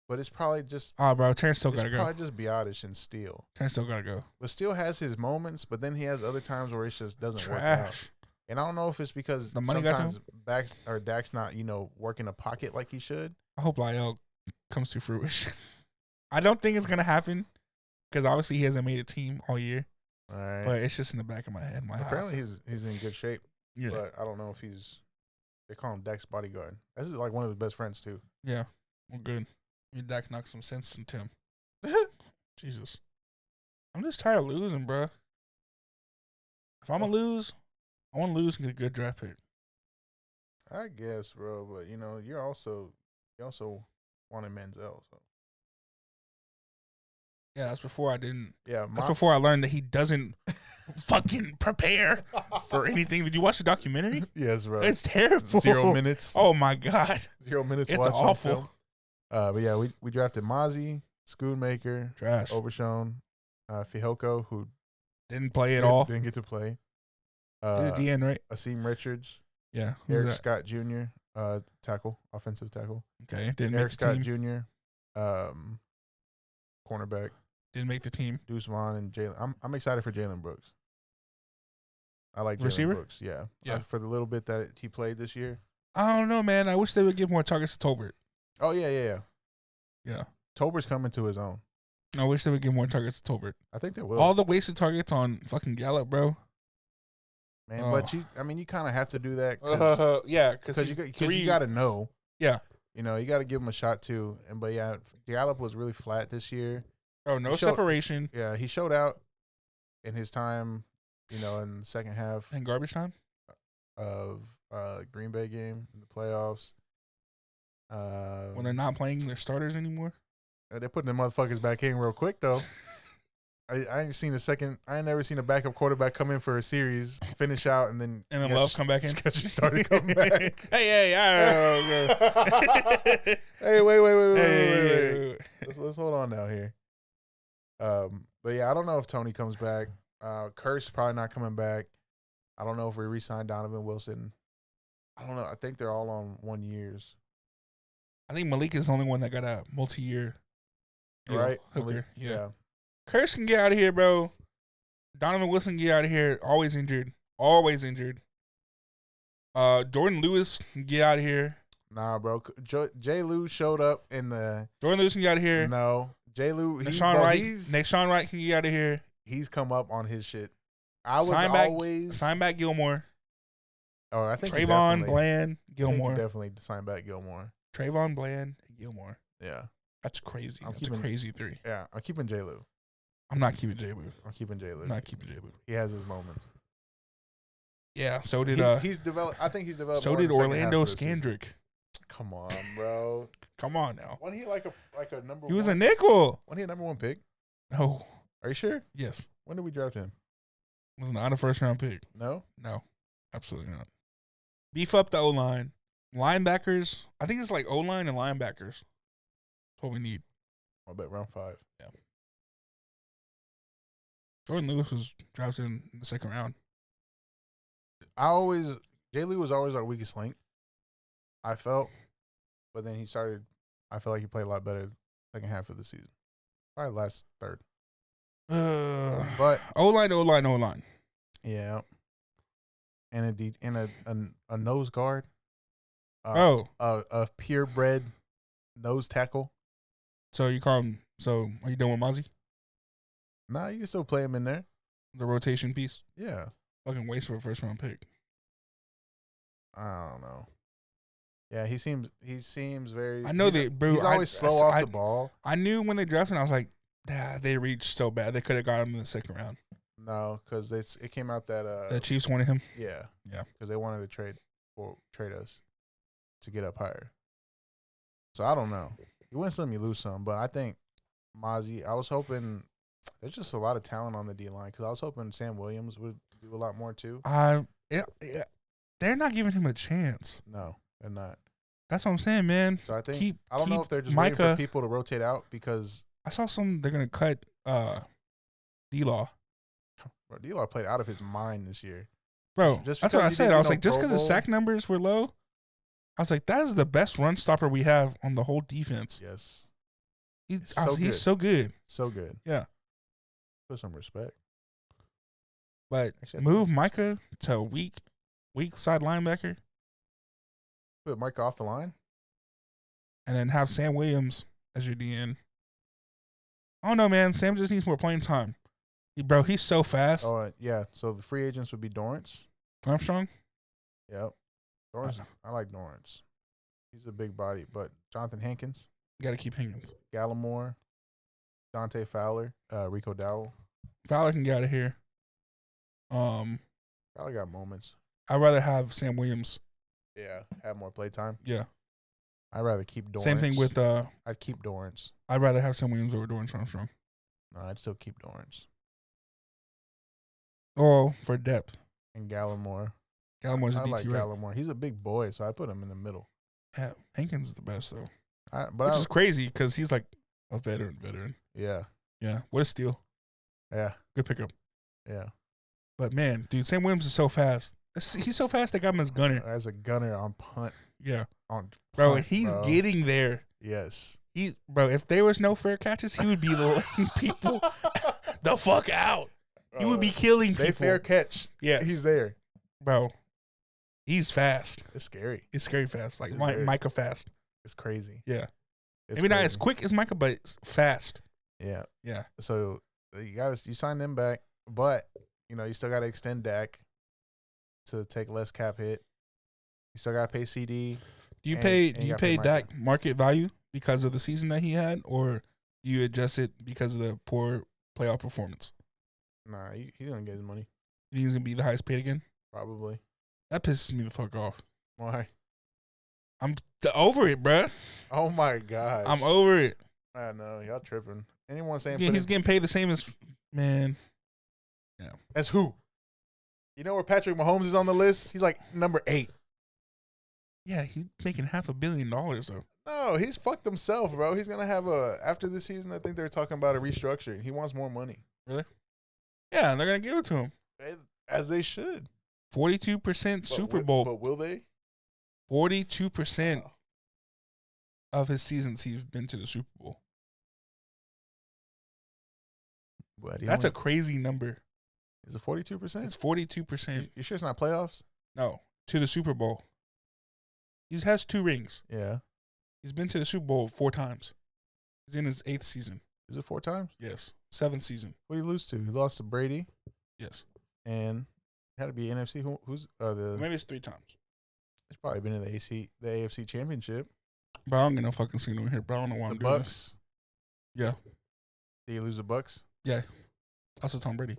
[SPEAKER 3] but it's probably just
[SPEAKER 2] Ah, bro, Terrence still
[SPEAKER 3] it's
[SPEAKER 2] gotta
[SPEAKER 3] probably
[SPEAKER 2] go.
[SPEAKER 3] just Biotish and Steele.
[SPEAKER 2] Terrence still gotta go.
[SPEAKER 3] But Steele has his moments, but then he has other times where it just doesn't work out.
[SPEAKER 2] Trash.
[SPEAKER 3] And I don't know if it's because
[SPEAKER 2] The money got to him?
[SPEAKER 3] sometimes Dax or Dak's not you know working a pocket like he should.
[SPEAKER 2] I hope Lyle comes to fruition. <laughs> I don't think it's gonna happen because obviously he hasn't made a team all year.
[SPEAKER 3] All right.
[SPEAKER 2] But it's just in the back of my head. My
[SPEAKER 3] Apparently he's he's in good shape,
[SPEAKER 2] uh, yeah.
[SPEAKER 3] but I don't know if he's. They call him Dak's bodyguard. This is like one of his best friends too.
[SPEAKER 2] yeah, well, good. I mean, Dak knocked some sense into
[SPEAKER 3] <laughs>
[SPEAKER 2] him. Jesus, I'm just tired of losing, bro. If I'm gonna lose, I want to lose and get a good draft pick.
[SPEAKER 3] I guess, bro, but you know, you're also you also wanted Manziel. So
[SPEAKER 2] Yeah, that's before I didn't.
[SPEAKER 3] yeah,
[SPEAKER 2] That's
[SPEAKER 3] my,
[SPEAKER 2] before I learned that he
[SPEAKER 3] <laughs>
[SPEAKER 2] doesn't fucking prepare for anything. Did you watch the documentary?
[SPEAKER 3] yes, bro.
[SPEAKER 2] It's terrible.
[SPEAKER 3] <laughs> zero minutes.
[SPEAKER 2] Oh my god,
[SPEAKER 3] zero minutes.
[SPEAKER 2] it's
[SPEAKER 3] watched on film.
[SPEAKER 2] awful.
[SPEAKER 3] Uh, but yeah, we we drafted Mozzie, Schoonmaker,
[SPEAKER 2] Trash.
[SPEAKER 3] Overshone, uh, Fihoko, who
[SPEAKER 2] Didn't play at
[SPEAKER 3] didn't-
[SPEAKER 2] all.
[SPEAKER 3] didn't get to play.
[SPEAKER 2] He's
[SPEAKER 3] Uh,
[SPEAKER 2] a DN, right?
[SPEAKER 3] Asim Richards,
[SPEAKER 2] Yeah. Who's
[SPEAKER 3] Eric
[SPEAKER 2] that?
[SPEAKER 3] Scott Jr., uh, tackle, offensive tackle.
[SPEAKER 2] Okay. Didn't
[SPEAKER 3] Eric
[SPEAKER 2] make the
[SPEAKER 3] Scott
[SPEAKER 2] team.
[SPEAKER 3] Jr., um, cornerback.
[SPEAKER 2] Didn't make the team.
[SPEAKER 3] Deuce Vaughn and Jalen. I'm I'm excited for Jalen Brooks. I like Jalen
[SPEAKER 2] Receiver?
[SPEAKER 3] Brooks. Yeah,
[SPEAKER 2] Yeah.
[SPEAKER 3] Uh, for the little bit that he played this year.
[SPEAKER 2] I don't know, man. I wish they would give more targets to Tolbert.
[SPEAKER 3] Oh yeah, yeah, yeah.
[SPEAKER 2] Yeah.
[SPEAKER 3] Tober's coming to his own.
[SPEAKER 2] I wish they would give more targets to Tolbert.
[SPEAKER 3] I think they will.
[SPEAKER 2] All the wasted targets on fucking Gallup, bro.
[SPEAKER 3] man,
[SPEAKER 2] oh.
[SPEAKER 3] but you, I mean, you kind of have to
[SPEAKER 2] <laughs>
[SPEAKER 3] do that because <laughs>
[SPEAKER 2] yeah,
[SPEAKER 3] you, got- Uh, 'cause you got to know.
[SPEAKER 2] Yeah.
[SPEAKER 3] You know, you got to give him a shot too. And but yeah, Gallup was really flat this year.
[SPEAKER 2] Oh, no
[SPEAKER 3] he showed-
[SPEAKER 2] separation
[SPEAKER 3] Yeah, he showed out in his time. You know, in the second half
[SPEAKER 2] and garbage time.
[SPEAKER 3] of uh, Green Bay game in the playoffs. Uh,
[SPEAKER 2] When they're not playing their starters anymore.
[SPEAKER 3] Uh, They're putting the motherfuckers back in real quick though. I, I ain't seen a second. I ain't never seen a backup quarterback come in for a series, finish out, and then
[SPEAKER 2] And then
[SPEAKER 3] Yeah,
[SPEAKER 2] Love
[SPEAKER 3] she-
[SPEAKER 2] come
[SPEAKER 3] <laughs>
[SPEAKER 2] back in.
[SPEAKER 3] Because she
[SPEAKER 2] <laughs>
[SPEAKER 3] started coming back.
[SPEAKER 2] hey, hey, I don't
[SPEAKER 3] <laughs> hey,
[SPEAKER 2] know.
[SPEAKER 3] wait, wait, wait, wait, wait, wait, wait, wait.
[SPEAKER 2] Hey,
[SPEAKER 3] Let's, let's hold on now here. Um, but yeah, I don't know if Tony
[SPEAKER 2] <sighs>
[SPEAKER 3] comes back. Uh, Curse probably not coming back. I don't know if we re-sign Donovan Wilson. I don't know. I think they're all on one years,
[SPEAKER 2] I think Malik is the only one that got a multi-year deal.
[SPEAKER 3] right?
[SPEAKER 2] Hooker.
[SPEAKER 3] Malik-
[SPEAKER 2] yeah. Curse can get out of here, bro. Donovan Wilson can get out of here. Always injured. Always injured. Uh, Jordan Lewis can get out of here.
[SPEAKER 3] Nah, bro. Jo- Jay Lou showed up in the
[SPEAKER 2] Jordan Lewis can get out of here.
[SPEAKER 3] No, J. Lou. He,
[SPEAKER 2] Nashawn
[SPEAKER 3] bro,
[SPEAKER 2] Wright.
[SPEAKER 3] He's,
[SPEAKER 2] Nashawn Wright can get out of here.
[SPEAKER 3] he's come up on his shit. I was
[SPEAKER 2] Sign back-
[SPEAKER 3] always.
[SPEAKER 2] Sign back Gilmore.
[SPEAKER 3] oh, I think he
[SPEAKER 2] Trayvon
[SPEAKER 3] definitely-
[SPEAKER 2] Bland
[SPEAKER 3] I think he
[SPEAKER 2] Gilmore.
[SPEAKER 3] Definitely sign back Gilmore.
[SPEAKER 2] Trayvon Bland Gilmore.
[SPEAKER 3] Yeah,
[SPEAKER 2] That's crazy.
[SPEAKER 3] I'm
[SPEAKER 2] That's a
[SPEAKER 3] keeping-
[SPEAKER 2] crazy three.
[SPEAKER 3] yeah. I'm keeping J. Lou.
[SPEAKER 2] I'm not keeping J. Lou.
[SPEAKER 3] I'm keeping J. Lou.
[SPEAKER 2] I'm not keeping J. Lou.
[SPEAKER 3] He has his moments.
[SPEAKER 2] Yeah. So did
[SPEAKER 3] He-
[SPEAKER 2] uh.
[SPEAKER 3] he's developed. I think he's developed.
[SPEAKER 2] So
[SPEAKER 3] more in
[SPEAKER 2] did
[SPEAKER 3] the second half
[SPEAKER 2] Orlando
[SPEAKER 3] of the season.
[SPEAKER 2] Scandrick.
[SPEAKER 3] Come on, bro.
[SPEAKER 2] Come on now.
[SPEAKER 3] Wasn't he like a like a number?
[SPEAKER 2] He was a
[SPEAKER 3] one?
[SPEAKER 2] nickel.
[SPEAKER 3] Wasn't he a number one pick?
[SPEAKER 2] No.
[SPEAKER 3] Are you sure?
[SPEAKER 2] Yes.
[SPEAKER 3] When did we draft him?
[SPEAKER 2] Was not a first round pick.
[SPEAKER 3] No.
[SPEAKER 2] No, absolutely not. Beef up the O line, linebackers. I think it's like O line and linebackers. That's what we need.
[SPEAKER 3] I bet round five.
[SPEAKER 2] Jordan Lewis was drafted in the second round.
[SPEAKER 3] I always Jay Lee was always our weakest link. I felt, but then he started. I feel like he played a lot better second half of the season, probably last third.
[SPEAKER 2] Uh,
[SPEAKER 3] But
[SPEAKER 2] O line, O line, O line.
[SPEAKER 3] yeah, and a D and a a, a nose guard. Uh,
[SPEAKER 2] oh,
[SPEAKER 3] a, a purebred nose tackle.
[SPEAKER 2] so you call him? So are you done with Mozzie?
[SPEAKER 3] Nah, you can still play him in there.
[SPEAKER 2] The rotation piece.
[SPEAKER 3] Yeah,
[SPEAKER 2] Fucking waste for a first round pick.
[SPEAKER 3] I don't know. Yeah, he seems he seems very.
[SPEAKER 2] I know
[SPEAKER 3] he's-
[SPEAKER 2] they- bro,
[SPEAKER 3] He's
[SPEAKER 2] I-
[SPEAKER 3] always slow
[SPEAKER 2] I-
[SPEAKER 3] off
[SPEAKER 2] I-
[SPEAKER 3] the ball.
[SPEAKER 2] I knew when they drafted, him, I was like, ah, they reached so bad. They could have got him in the second round.
[SPEAKER 3] No, because it's it came out that uh
[SPEAKER 2] The Chiefs wanted him.
[SPEAKER 3] yeah
[SPEAKER 2] Yeah.
[SPEAKER 3] because they wanted to trade or trade us to get up higher. So I don't know. You win some, you lose some, but I think Mozzie. I was hoping there's just a lot of talent on the D line because I was hoping Sam Williams would do a lot more too.
[SPEAKER 2] I, it, it- they're not giving him a chance.
[SPEAKER 3] No, they're not.
[SPEAKER 2] That's what I'm saying, man.
[SPEAKER 3] So I think
[SPEAKER 2] Keep.
[SPEAKER 3] I don't know
[SPEAKER 2] keep
[SPEAKER 3] if they're just
[SPEAKER 2] Micah.
[SPEAKER 3] waiting for people to rotate out because
[SPEAKER 2] I saw some. They're gonna cut uh, D Law,
[SPEAKER 3] bro, D-Law played out of his mind this year.
[SPEAKER 2] bro.
[SPEAKER 3] Just
[SPEAKER 2] that's what
[SPEAKER 3] because
[SPEAKER 2] I
[SPEAKER 3] he
[SPEAKER 2] said.
[SPEAKER 3] didn't
[SPEAKER 2] I
[SPEAKER 3] get
[SPEAKER 2] was
[SPEAKER 3] no
[SPEAKER 2] like, just
[SPEAKER 3] Pro
[SPEAKER 2] because the
[SPEAKER 3] Bowl.
[SPEAKER 2] sack numbers were low, I was like, that is the best run stopper we have on the whole defense.
[SPEAKER 3] Yes.
[SPEAKER 2] He's,
[SPEAKER 3] It's
[SPEAKER 2] I was-
[SPEAKER 3] so
[SPEAKER 2] he's
[SPEAKER 3] good.
[SPEAKER 2] so good.
[SPEAKER 3] So good.
[SPEAKER 2] Yeah.
[SPEAKER 3] Put some respect.
[SPEAKER 2] But
[SPEAKER 3] Actually, I
[SPEAKER 2] move
[SPEAKER 3] think-
[SPEAKER 2] Micah to weak, weak side linebacker,
[SPEAKER 3] Put Mike off the line.
[SPEAKER 2] and then have Sam Williams as your DN. I don't know, man. Sam just needs more playing time. He- Bro, he's so fast.
[SPEAKER 3] Oh, uh, yeah. So the free agents would be Dorrance.
[SPEAKER 2] Armstrong.
[SPEAKER 3] Yep. Dorrance.
[SPEAKER 2] Uh-huh.
[SPEAKER 3] I like Dorrance. He's a big body, but Jonathan Hankins,
[SPEAKER 2] You got to keep Higgins.
[SPEAKER 3] Gallimore, Dante Fowler, uh, Rico Dowell.
[SPEAKER 2] Fowler can get out of here. Um,
[SPEAKER 3] Fowler got moments.
[SPEAKER 2] I'd rather have Sam Williams.
[SPEAKER 3] Yeah. Have more play time.
[SPEAKER 2] Yeah.
[SPEAKER 3] I'd rather keep Dorrance.
[SPEAKER 2] Same thing with uh,
[SPEAKER 3] I'd keep Dorrance.
[SPEAKER 2] I'd rather have Sam Williams over Dorrance Armstrong.
[SPEAKER 3] No, I'd still keep Dorrance.
[SPEAKER 2] Oh, for depth,
[SPEAKER 3] And Gallimore.
[SPEAKER 2] Gallimore's a
[SPEAKER 3] I
[SPEAKER 2] DT.
[SPEAKER 3] like
[SPEAKER 2] rep.
[SPEAKER 3] Gallimore. He's a big boy, so I put him in the middle.
[SPEAKER 2] Yeah, Hankins is the best though,
[SPEAKER 3] I, but
[SPEAKER 2] which
[SPEAKER 3] I,
[SPEAKER 2] is crazy because he's like a veteran, veteran.
[SPEAKER 3] yeah,
[SPEAKER 2] Yeah, what a steal!
[SPEAKER 3] yeah,
[SPEAKER 2] Good pickup.
[SPEAKER 3] yeah.
[SPEAKER 2] But man, dude, Sam Williams is so fast. That's- He's so fast they got him as gunner.
[SPEAKER 3] as a gunner on punt
[SPEAKER 2] Yeah,
[SPEAKER 3] on
[SPEAKER 2] bro,
[SPEAKER 3] punt,
[SPEAKER 2] he's
[SPEAKER 3] bro.
[SPEAKER 2] getting there.
[SPEAKER 3] yes.
[SPEAKER 2] He, bro, if there was no fair catches, he
[SPEAKER 3] <laughs>
[SPEAKER 2] would be letting <laughs> people the fuck out. He would be killing people.
[SPEAKER 3] they fair catch.
[SPEAKER 2] Yes.
[SPEAKER 3] He's there.
[SPEAKER 2] bro. He's fast.
[SPEAKER 3] It's scary.
[SPEAKER 2] He's scary fast, like
[SPEAKER 3] He's
[SPEAKER 2] Mi-
[SPEAKER 3] very-
[SPEAKER 2] Micah fast.
[SPEAKER 3] It's crazy.
[SPEAKER 2] Yeah,
[SPEAKER 3] It's
[SPEAKER 2] maybe not as
[SPEAKER 3] crazy.
[SPEAKER 2] quick as Micah, but it's fast.
[SPEAKER 3] Yeah.
[SPEAKER 2] Yeah.
[SPEAKER 3] So you got to you sign them back, but you know you still got to extend Dak to take less cap hit. You still got to pay CD.
[SPEAKER 2] Do you
[SPEAKER 3] And-
[SPEAKER 2] pay?
[SPEAKER 3] and
[SPEAKER 2] Do
[SPEAKER 3] you
[SPEAKER 2] you
[SPEAKER 3] gotta pay
[SPEAKER 2] pay
[SPEAKER 3] Micah.
[SPEAKER 2] Dak market value because of the season that he had, or do you adjust it because of the poor playoff performance?
[SPEAKER 3] Nah, he, he's gonna get his money
[SPEAKER 2] You think he's gonna be the highest paid again?
[SPEAKER 3] probably. <laughs>
[SPEAKER 2] That pisses me the fuck off.
[SPEAKER 3] Why?
[SPEAKER 2] I'm t- over it, bruh.
[SPEAKER 3] Oh my god.
[SPEAKER 2] I'm over it.
[SPEAKER 3] I know y'all tripping. Anyone saying
[SPEAKER 2] Yeah,
[SPEAKER 3] put
[SPEAKER 2] he's
[SPEAKER 3] it-
[SPEAKER 2] getting paid the same as man.
[SPEAKER 3] That's who? You know where Patrick Mahomes is on the list? He's like number eight.
[SPEAKER 2] Yeah, he's making half a billion dollars though.
[SPEAKER 3] No, he's fucked himself, bro. He's gonna have a after this season. I think they're talking about a restructuring. He wants more money,
[SPEAKER 2] Yeah, and they're gonna give it to him.
[SPEAKER 3] as they should.
[SPEAKER 2] Forty-two percent
[SPEAKER 3] But
[SPEAKER 2] Super
[SPEAKER 3] wi-
[SPEAKER 2] Bowl.
[SPEAKER 3] but will they?
[SPEAKER 2] Forty-two percent of his seasons he's been to the Super Bowl.
[SPEAKER 3] But
[SPEAKER 2] That's a crazy number.
[SPEAKER 3] is it forty two percent?
[SPEAKER 2] It's forty-two percent.
[SPEAKER 3] You sure it's not playoffs?
[SPEAKER 2] No, to the Super Bowl. He has two rings.
[SPEAKER 3] Yeah.
[SPEAKER 2] He's been to the Super Bowl four times. He's in his eighth season.
[SPEAKER 3] Is it four times?
[SPEAKER 2] Yes, seventh season.
[SPEAKER 3] What did he lose to? He lost to Brady
[SPEAKER 2] Yes,
[SPEAKER 3] and it had to be NFC. Who, who's uh, the?
[SPEAKER 2] maybe it's three times.
[SPEAKER 3] It's probably been in the AC, the AFC Championship.
[SPEAKER 2] Bro, I don't get no fucking signal in here. Bro, I don't know why
[SPEAKER 3] The
[SPEAKER 2] I'm doing this.
[SPEAKER 3] Bucks.
[SPEAKER 2] Oh, Yeah,
[SPEAKER 3] Did he lose the Bucks?
[SPEAKER 2] also Tom Brady.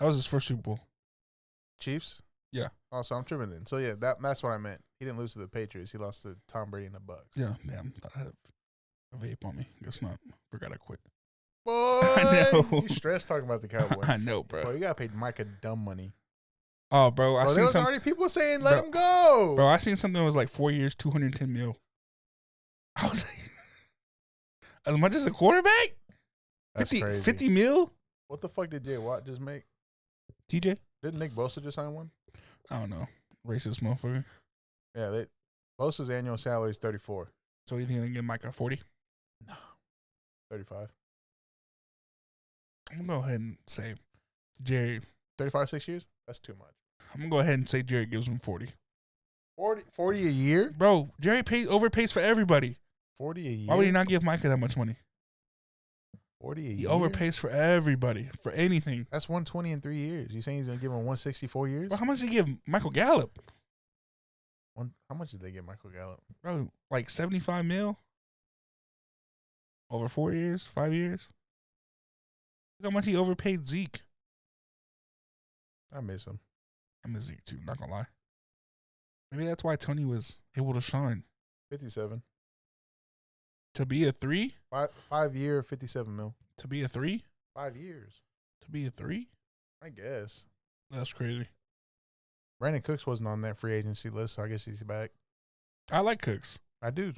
[SPEAKER 2] That was his first Super Bowl.
[SPEAKER 3] Chiefs.
[SPEAKER 2] Yeah.
[SPEAKER 3] Oh, so I'm tripping then. So yeah, that that's what I meant. He didn't lose to the Patriots. He lost to Tom Brady and the Bucks.
[SPEAKER 2] Yeah, damn. I had a vape on me. Guess not. Forgot I quit.
[SPEAKER 3] Boy,
[SPEAKER 2] <laughs> I know.
[SPEAKER 3] you stressed talking about the Cowboys.
[SPEAKER 2] <laughs> I know,
[SPEAKER 3] Bro,
[SPEAKER 2] bro.
[SPEAKER 3] you got paid Micah dumb money.
[SPEAKER 2] Oh, bro, I
[SPEAKER 3] Bro, there
[SPEAKER 2] seen
[SPEAKER 3] was
[SPEAKER 2] some.
[SPEAKER 3] already people saying let
[SPEAKER 2] Bro-
[SPEAKER 3] him go.
[SPEAKER 2] Bro, I seen something that was like four years, two hundred ten mil. <laughs> I was like, <laughs> as much as a quarterback.
[SPEAKER 3] That's
[SPEAKER 2] 50,
[SPEAKER 3] crazy.
[SPEAKER 2] 50 mil?
[SPEAKER 3] What the fuck did Jay Watt just make?
[SPEAKER 2] TJ?
[SPEAKER 3] Didn't Nick Bosa just sign one?
[SPEAKER 2] I don't know. Racist motherfucker.
[SPEAKER 3] Yeah, they, Bosa's annual salary is 34,
[SPEAKER 2] So you think they get Micah 40?
[SPEAKER 3] 35,
[SPEAKER 2] I'm going to go ahead and say Jerry.
[SPEAKER 3] 35, six years. That's too much.
[SPEAKER 2] I'm gonna go ahead and say Jerry gives him forty.
[SPEAKER 3] 40, 40 a year?
[SPEAKER 2] Bro, Jerry pays overpays for everybody.
[SPEAKER 3] 40 a year.
[SPEAKER 2] Why would he not give Micah that much money?
[SPEAKER 3] 40 a
[SPEAKER 2] He
[SPEAKER 3] year.
[SPEAKER 2] overpays for everybody for anything.
[SPEAKER 3] That's 120 in three years. You saying he's going to give him 164 years?
[SPEAKER 2] Bro, how much did he give Michael Gallup?
[SPEAKER 3] One, how much did they get Michael Gallup?
[SPEAKER 2] Bro, like seventy five mil over four years, five years. Look how much he overpaid Zeke.
[SPEAKER 3] I miss him.
[SPEAKER 2] I miss Zeke too. Not gonna lie. Maybe that's why Tony was able to shine
[SPEAKER 3] 57.
[SPEAKER 2] to be a three,
[SPEAKER 3] Five, five year, 57 mil.
[SPEAKER 2] to be a three,
[SPEAKER 3] Five years,
[SPEAKER 2] to be a three.
[SPEAKER 3] I guess.
[SPEAKER 2] That's crazy.
[SPEAKER 3] Brandon Cooks wasn't on that free agency list, so I guess he's back.
[SPEAKER 2] I like Cooks.
[SPEAKER 3] I do,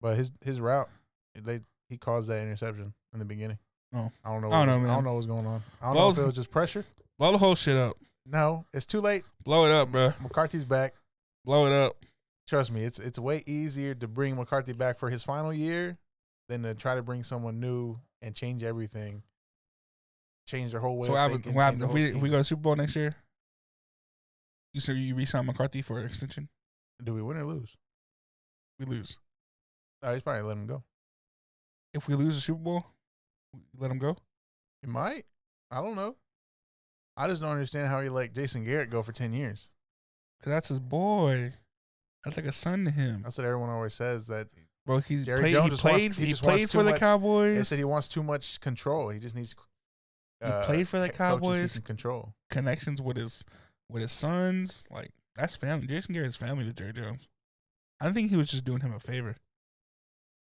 [SPEAKER 3] but his his route, they he caused that interception in the beginning.
[SPEAKER 2] Oh.
[SPEAKER 3] I don't know. What
[SPEAKER 2] I don't know,
[SPEAKER 3] was- I
[SPEAKER 2] man.
[SPEAKER 3] don't know what's going on. I don't know
[SPEAKER 2] Well-
[SPEAKER 3] if it was just pressure.
[SPEAKER 2] Blow the whole shit up.
[SPEAKER 3] No, it's too late.
[SPEAKER 2] Blow it up, bro.
[SPEAKER 3] McCarthy's back.
[SPEAKER 2] Blow it up.
[SPEAKER 3] Trust me, it's it's way easier to bring McCarthy back for his final year than to try to bring someone new and change everything, change their whole way.
[SPEAKER 2] So
[SPEAKER 3] of
[SPEAKER 2] what happens,
[SPEAKER 3] thinking,
[SPEAKER 2] what happens
[SPEAKER 3] change the
[SPEAKER 2] if we
[SPEAKER 3] whole
[SPEAKER 2] if we
[SPEAKER 3] scheme.
[SPEAKER 2] go to Super Bowl next year? You say you resign McCarthy for an extension?
[SPEAKER 3] do we win or lose?
[SPEAKER 2] We lose.
[SPEAKER 3] Oh, he's probably letting him go.
[SPEAKER 2] If we lose the Super Bowl, we let him go.
[SPEAKER 3] He might. I don't know. I just don't understand how he let Jason Garrett go for ten years.
[SPEAKER 2] Cause that's his boy. That's like a son to him,
[SPEAKER 3] That's what everyone always says. That
[SPEAKER 2] bro. He's
[SPEAKER 3] Jerry
[SPEAKER 2] played.
[SPEAKER 3] Jones
[SPEAKER 2] he
[SPEAKER 3] just
[SPEAKER 2] played.
[SPEAKER 3] wants- he
[SPEAKER 2] he
[SPEAKER 3] just wants
[SPEAKER 2] played
[SPEAKER 3] too
[SPEAKER 2] for the
[SPEAKER 3] much. they
[SPEAKER 2] Cowboys.
[SPEAKER 3] said he wants too much control. He just needs. uh,
[SPEAKER 2] played for the
[SPEAKER 3] ca- coaches
[SPEAKER 2] Cowboys.
[SPEAKER 3] he can control.
[SPEAKER 2] Connections with his with his sons. Like that's family. Jason Garrett's family to Jerry Jones. I think he was just doing him a favor.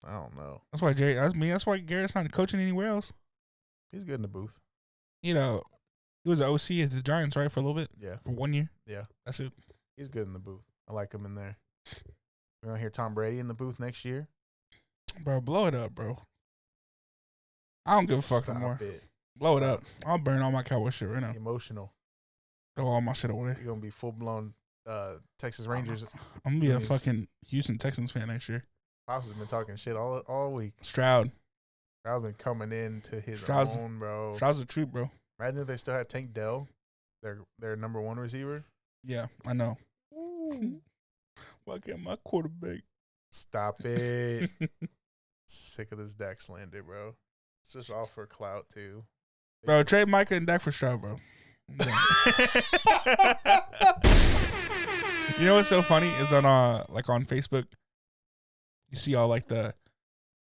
[SPEAKER 3] I don't know.
[SPEAKER 2] That's why Jerry. That's me. That's why Garrett's not coaching anywhere else.
[SPEAKER 3] He's good in the booth.
[SPEAKER 2] You know, he was an OC at the Giants, right, for a little bit,
[SPEAKER 3] Yeah,
[SPEAKER 2] for one year.
[SPEAKER 3] Yeah.
[SPEAKER 2] that's it.
[SPEAKER 3] he's good in the booth. I like him in there. We're gonna hear Tom Brady in the booth next year.
[SPEAKER 2] Bro, blow it up, bro. I don't give a fuck no
[SPEAKER 3] Stop
[SPEAKER 2] more.
[SPEAKER 3] it.
[SPEAKER 2] Blow it
[SPEAKER 3] Stop.
[SPEAKER 2] up. I'll burn all my cowboy shit right now.
[SPEAKER 3] Emotional.
[SPEAKER 2] Throw all my shit away.
[SPEAKER 3] You're gonna be full blown uh, Texas
[SPEAKER 2] <laughs>
[SPEAKER 3] Rangers.
[SPEAKER 2] I'm gonna be a
[SPEAKER 3] Nice.
[SPEAKER 2] fucking Houston Texans fan next year.
[SPEAKER 3] Pops has been talking shit all all week.
[SPEAKER 2] Stroud.
[SPEAKER 3] Stroud's been coming in to his
[SPEAKER 2] Stroud's-
[SPEAKER 3] own, bro.
[SPEAKER 2] Stroud's a troop, bro.
[SPEAKER 3] Imagine if they still had Tank Dell, their their number one receiver.
[SPEAKER 2] Yeah, I know. <laughs> Fuck at my quarterback.
[SPEAKER 3] Stop
[SPEAKER 2] <laughs>
[SPEAKER 3] it. Sick of this Dak slander, bro. It's just all for clout too.
[SPEAKER 2] bro, trade Micah and Dak for Stroud,
[SPEAKER 3] <laughs>
[SPEAKER 2] bro. I'm done. <laughs> you know what's so funny is on uh like on Facebook, you see all like the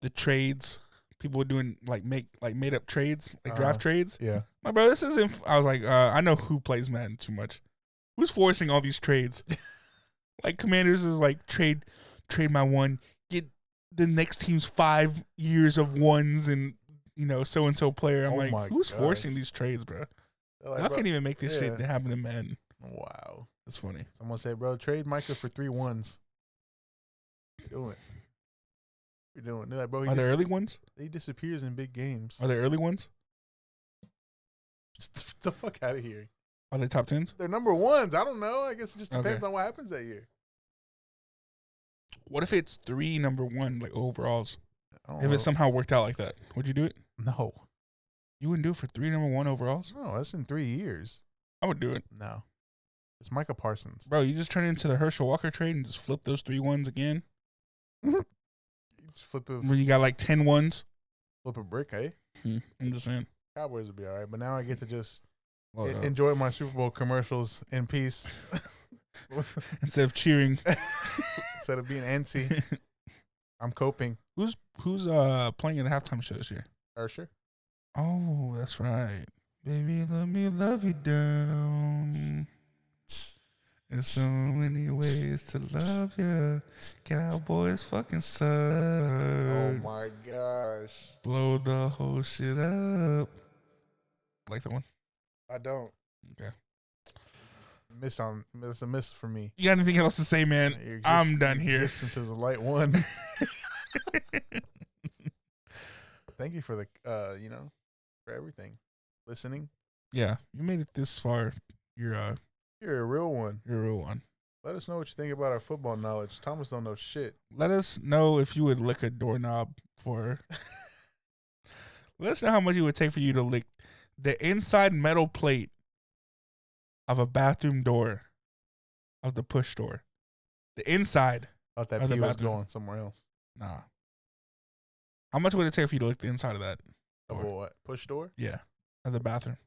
[SPEAKER 2] the trades people doing like make like made up trades like draft
[SPEAKER 3] Uh-huh.
[SPEAKER 2] trades.
[SPEAKER 3] <laughs> Yeah.
[SPEAKER 2] My bro, this isn't. f- I was like, uh, I know who plays Madden too much. Who's forcing all these
[SPEAKER 3] <laughs>
[SPEAKER 2] trades? like Commanders was like trade, trade my one, get the next team's five years of ones and you know so and so player. I'm
[SPEAKER 3] Oh my
[SPEAKER 2] like, who's
[SPEAKER 3] gosh.
[SPEAKER 2] forcing these trades, bro?
[SPEAKER 3] They're
[SPEAKER 2] Y'all
[SPEAKER 3] Like, bro
[SPEAKER 2] can't even make this shit
[SPEAKER 3] yeah.
[SPEAKER 2] happen to Madden.
[SPEAKER 3] wow.
[SPEAKER 2] That's funny.
[SPEAKER 3] Someone say, bro, trade Micah for three ones. What you doing? What you doing? They're like, bro, he,
[SPEAKER 2] Are there
[SPEAKER 3] dis-
[SPEAKER 2] early ones?
[SPEAKER 3] he disappears in big games. <laughs>
[SPEAKER 2] Are there early ones?
[SPEAKER 3] Just the fuck out of here.
[SPEAKER 2] Are they top tens?
[SPEAKER 3] They're number ones. I don't know. I guess it just depends
[SPEAKER 2] Okay.
[SPEAKER 3] on what happens that year.
[SPEAKER 2] What if it's three number one like overalls?
[SPEAKER 3] I don't
[SPEAKER 2] If
[SPEAKER 3] know.
[SPEAKER 2] it somehow worked out like that, would you do it?
[SPEAKER 3] no,
[SPEAKER 2] You wouldn't do it for three number one overalls.
[SPEAKER 3] no, that's in three years.
[SPEAKER 2] I would do it,
[SPEAKER 3] No, it's Micah Parsons.
[SPEAKER 2] bro. You just turn it into the Herschel Walker trade and just flip those three ones again.
[SPEAKER 3] You just flip a
[SPEAKER 2] When you got like 10 ones.
[SPEAKER 3] flip a brick, eh?
[SPEAKER 2] I'm just saying.
[SPEAKER 3] Cowboys would be all right, but now I get to just
[SPEAKER 2] Well,
[SPEAKER 3] en-
[SPEAKER 2] uh,
[SPEAKER 3] enjoy my Super Bowl commercials in peace
[SPEAKER 2] instead of cheering,
[SPEAKER 3] instead of being antsy.
[SPEAKER 2] <laughs>
[SPEAKER 3] I'm coping.
[SPEAKER 2] who's who's uh playing in the halftime show this year?
[SPEAKER 3] Ursher.
[SPEAKER 2] Oh, that's right. Baby, let me love you down. There's so many ways to love you. Cowboys fucking suck. Uh,
[SPEAKER 3] Oh my gosh.
[SPEAKER 2] Blow the whole shit up. Like that one?
[SPEAKER 3] I don't.
[SPEAKER 2] Okay.
[SPEAKER 3] Miss on that's a miss for me.
[SPEAKER 2] You got anything else to say,
[SPEAKER 3] <laughs>
[SPEAKER 2] man?
[SPEAKER 3] Your
[SPEAKER 2] I'm
[SPEAKER 3] exist-
[SPEAKER 2] done here.
[SPEAKER 3] Existence is a light one. <laughs> Thank you for the uh, you know, for everything. Listening.
[SPEAKER 2] yeah, you made it this far. You're uh,
[SPEAKER 3] You're a real one.
[SPEAKER 2] you're a real one.
[SPEAKER 3] Let us know what you think about our football knowledge. Thomas don't know shit.
[SPEAKER 2] let us know if you would lick a doorknob for. let us know how much it would take for you to lick the inside metal plate of a bathroom door, of the push door. The inside,
[SPEAKER 3] Thought that
[SPEAKER 2] Or the
[SPEAKER 3] pee was
[SPEAKER 2] bathroom.
[SPEAKER 3] going somewhere else.
[SPEAKER 2] nah. How much would it take for you to lick the inside of that?
[SPEAKER 3] Of
[SPEAKER 2] Door.
[SPEAKER 3] what? Push door?
[SPEAKER 2] Yeah, of the bathroom.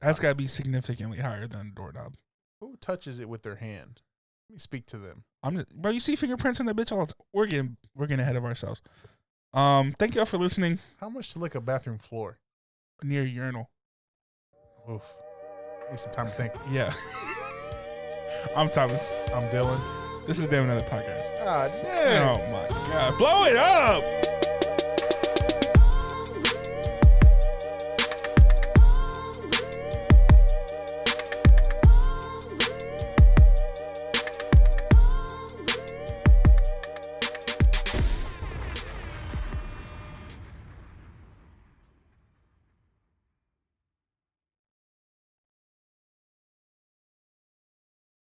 [SPEAKER 2] That's got to be significantly higher than the doorknob.
[SPEAKER 3] Who touches it with their hand? Let me speak to them.
[SPEAKER 2] I'm just, bro. You see fingerprints in that bitch all the time. We're getting we're getting ahead of ourselves. Um, thank y'all for listening.
[SPEAKER 3] How much to lick a bathroom floor?
[SPEAKER 2] Near urinal.
[SPEAKER 3] Oof. Need some time to think.
[SPEAKER 2] Yeah. <laughs> I'm Thomas.
[SPEAKER 3] I'm Dylan.
[SPEAKER 2] This is damn another podcast.
[SPEAKER 3] Ah, damn.
[SPEAKER 2] Oh my god. Blow it up.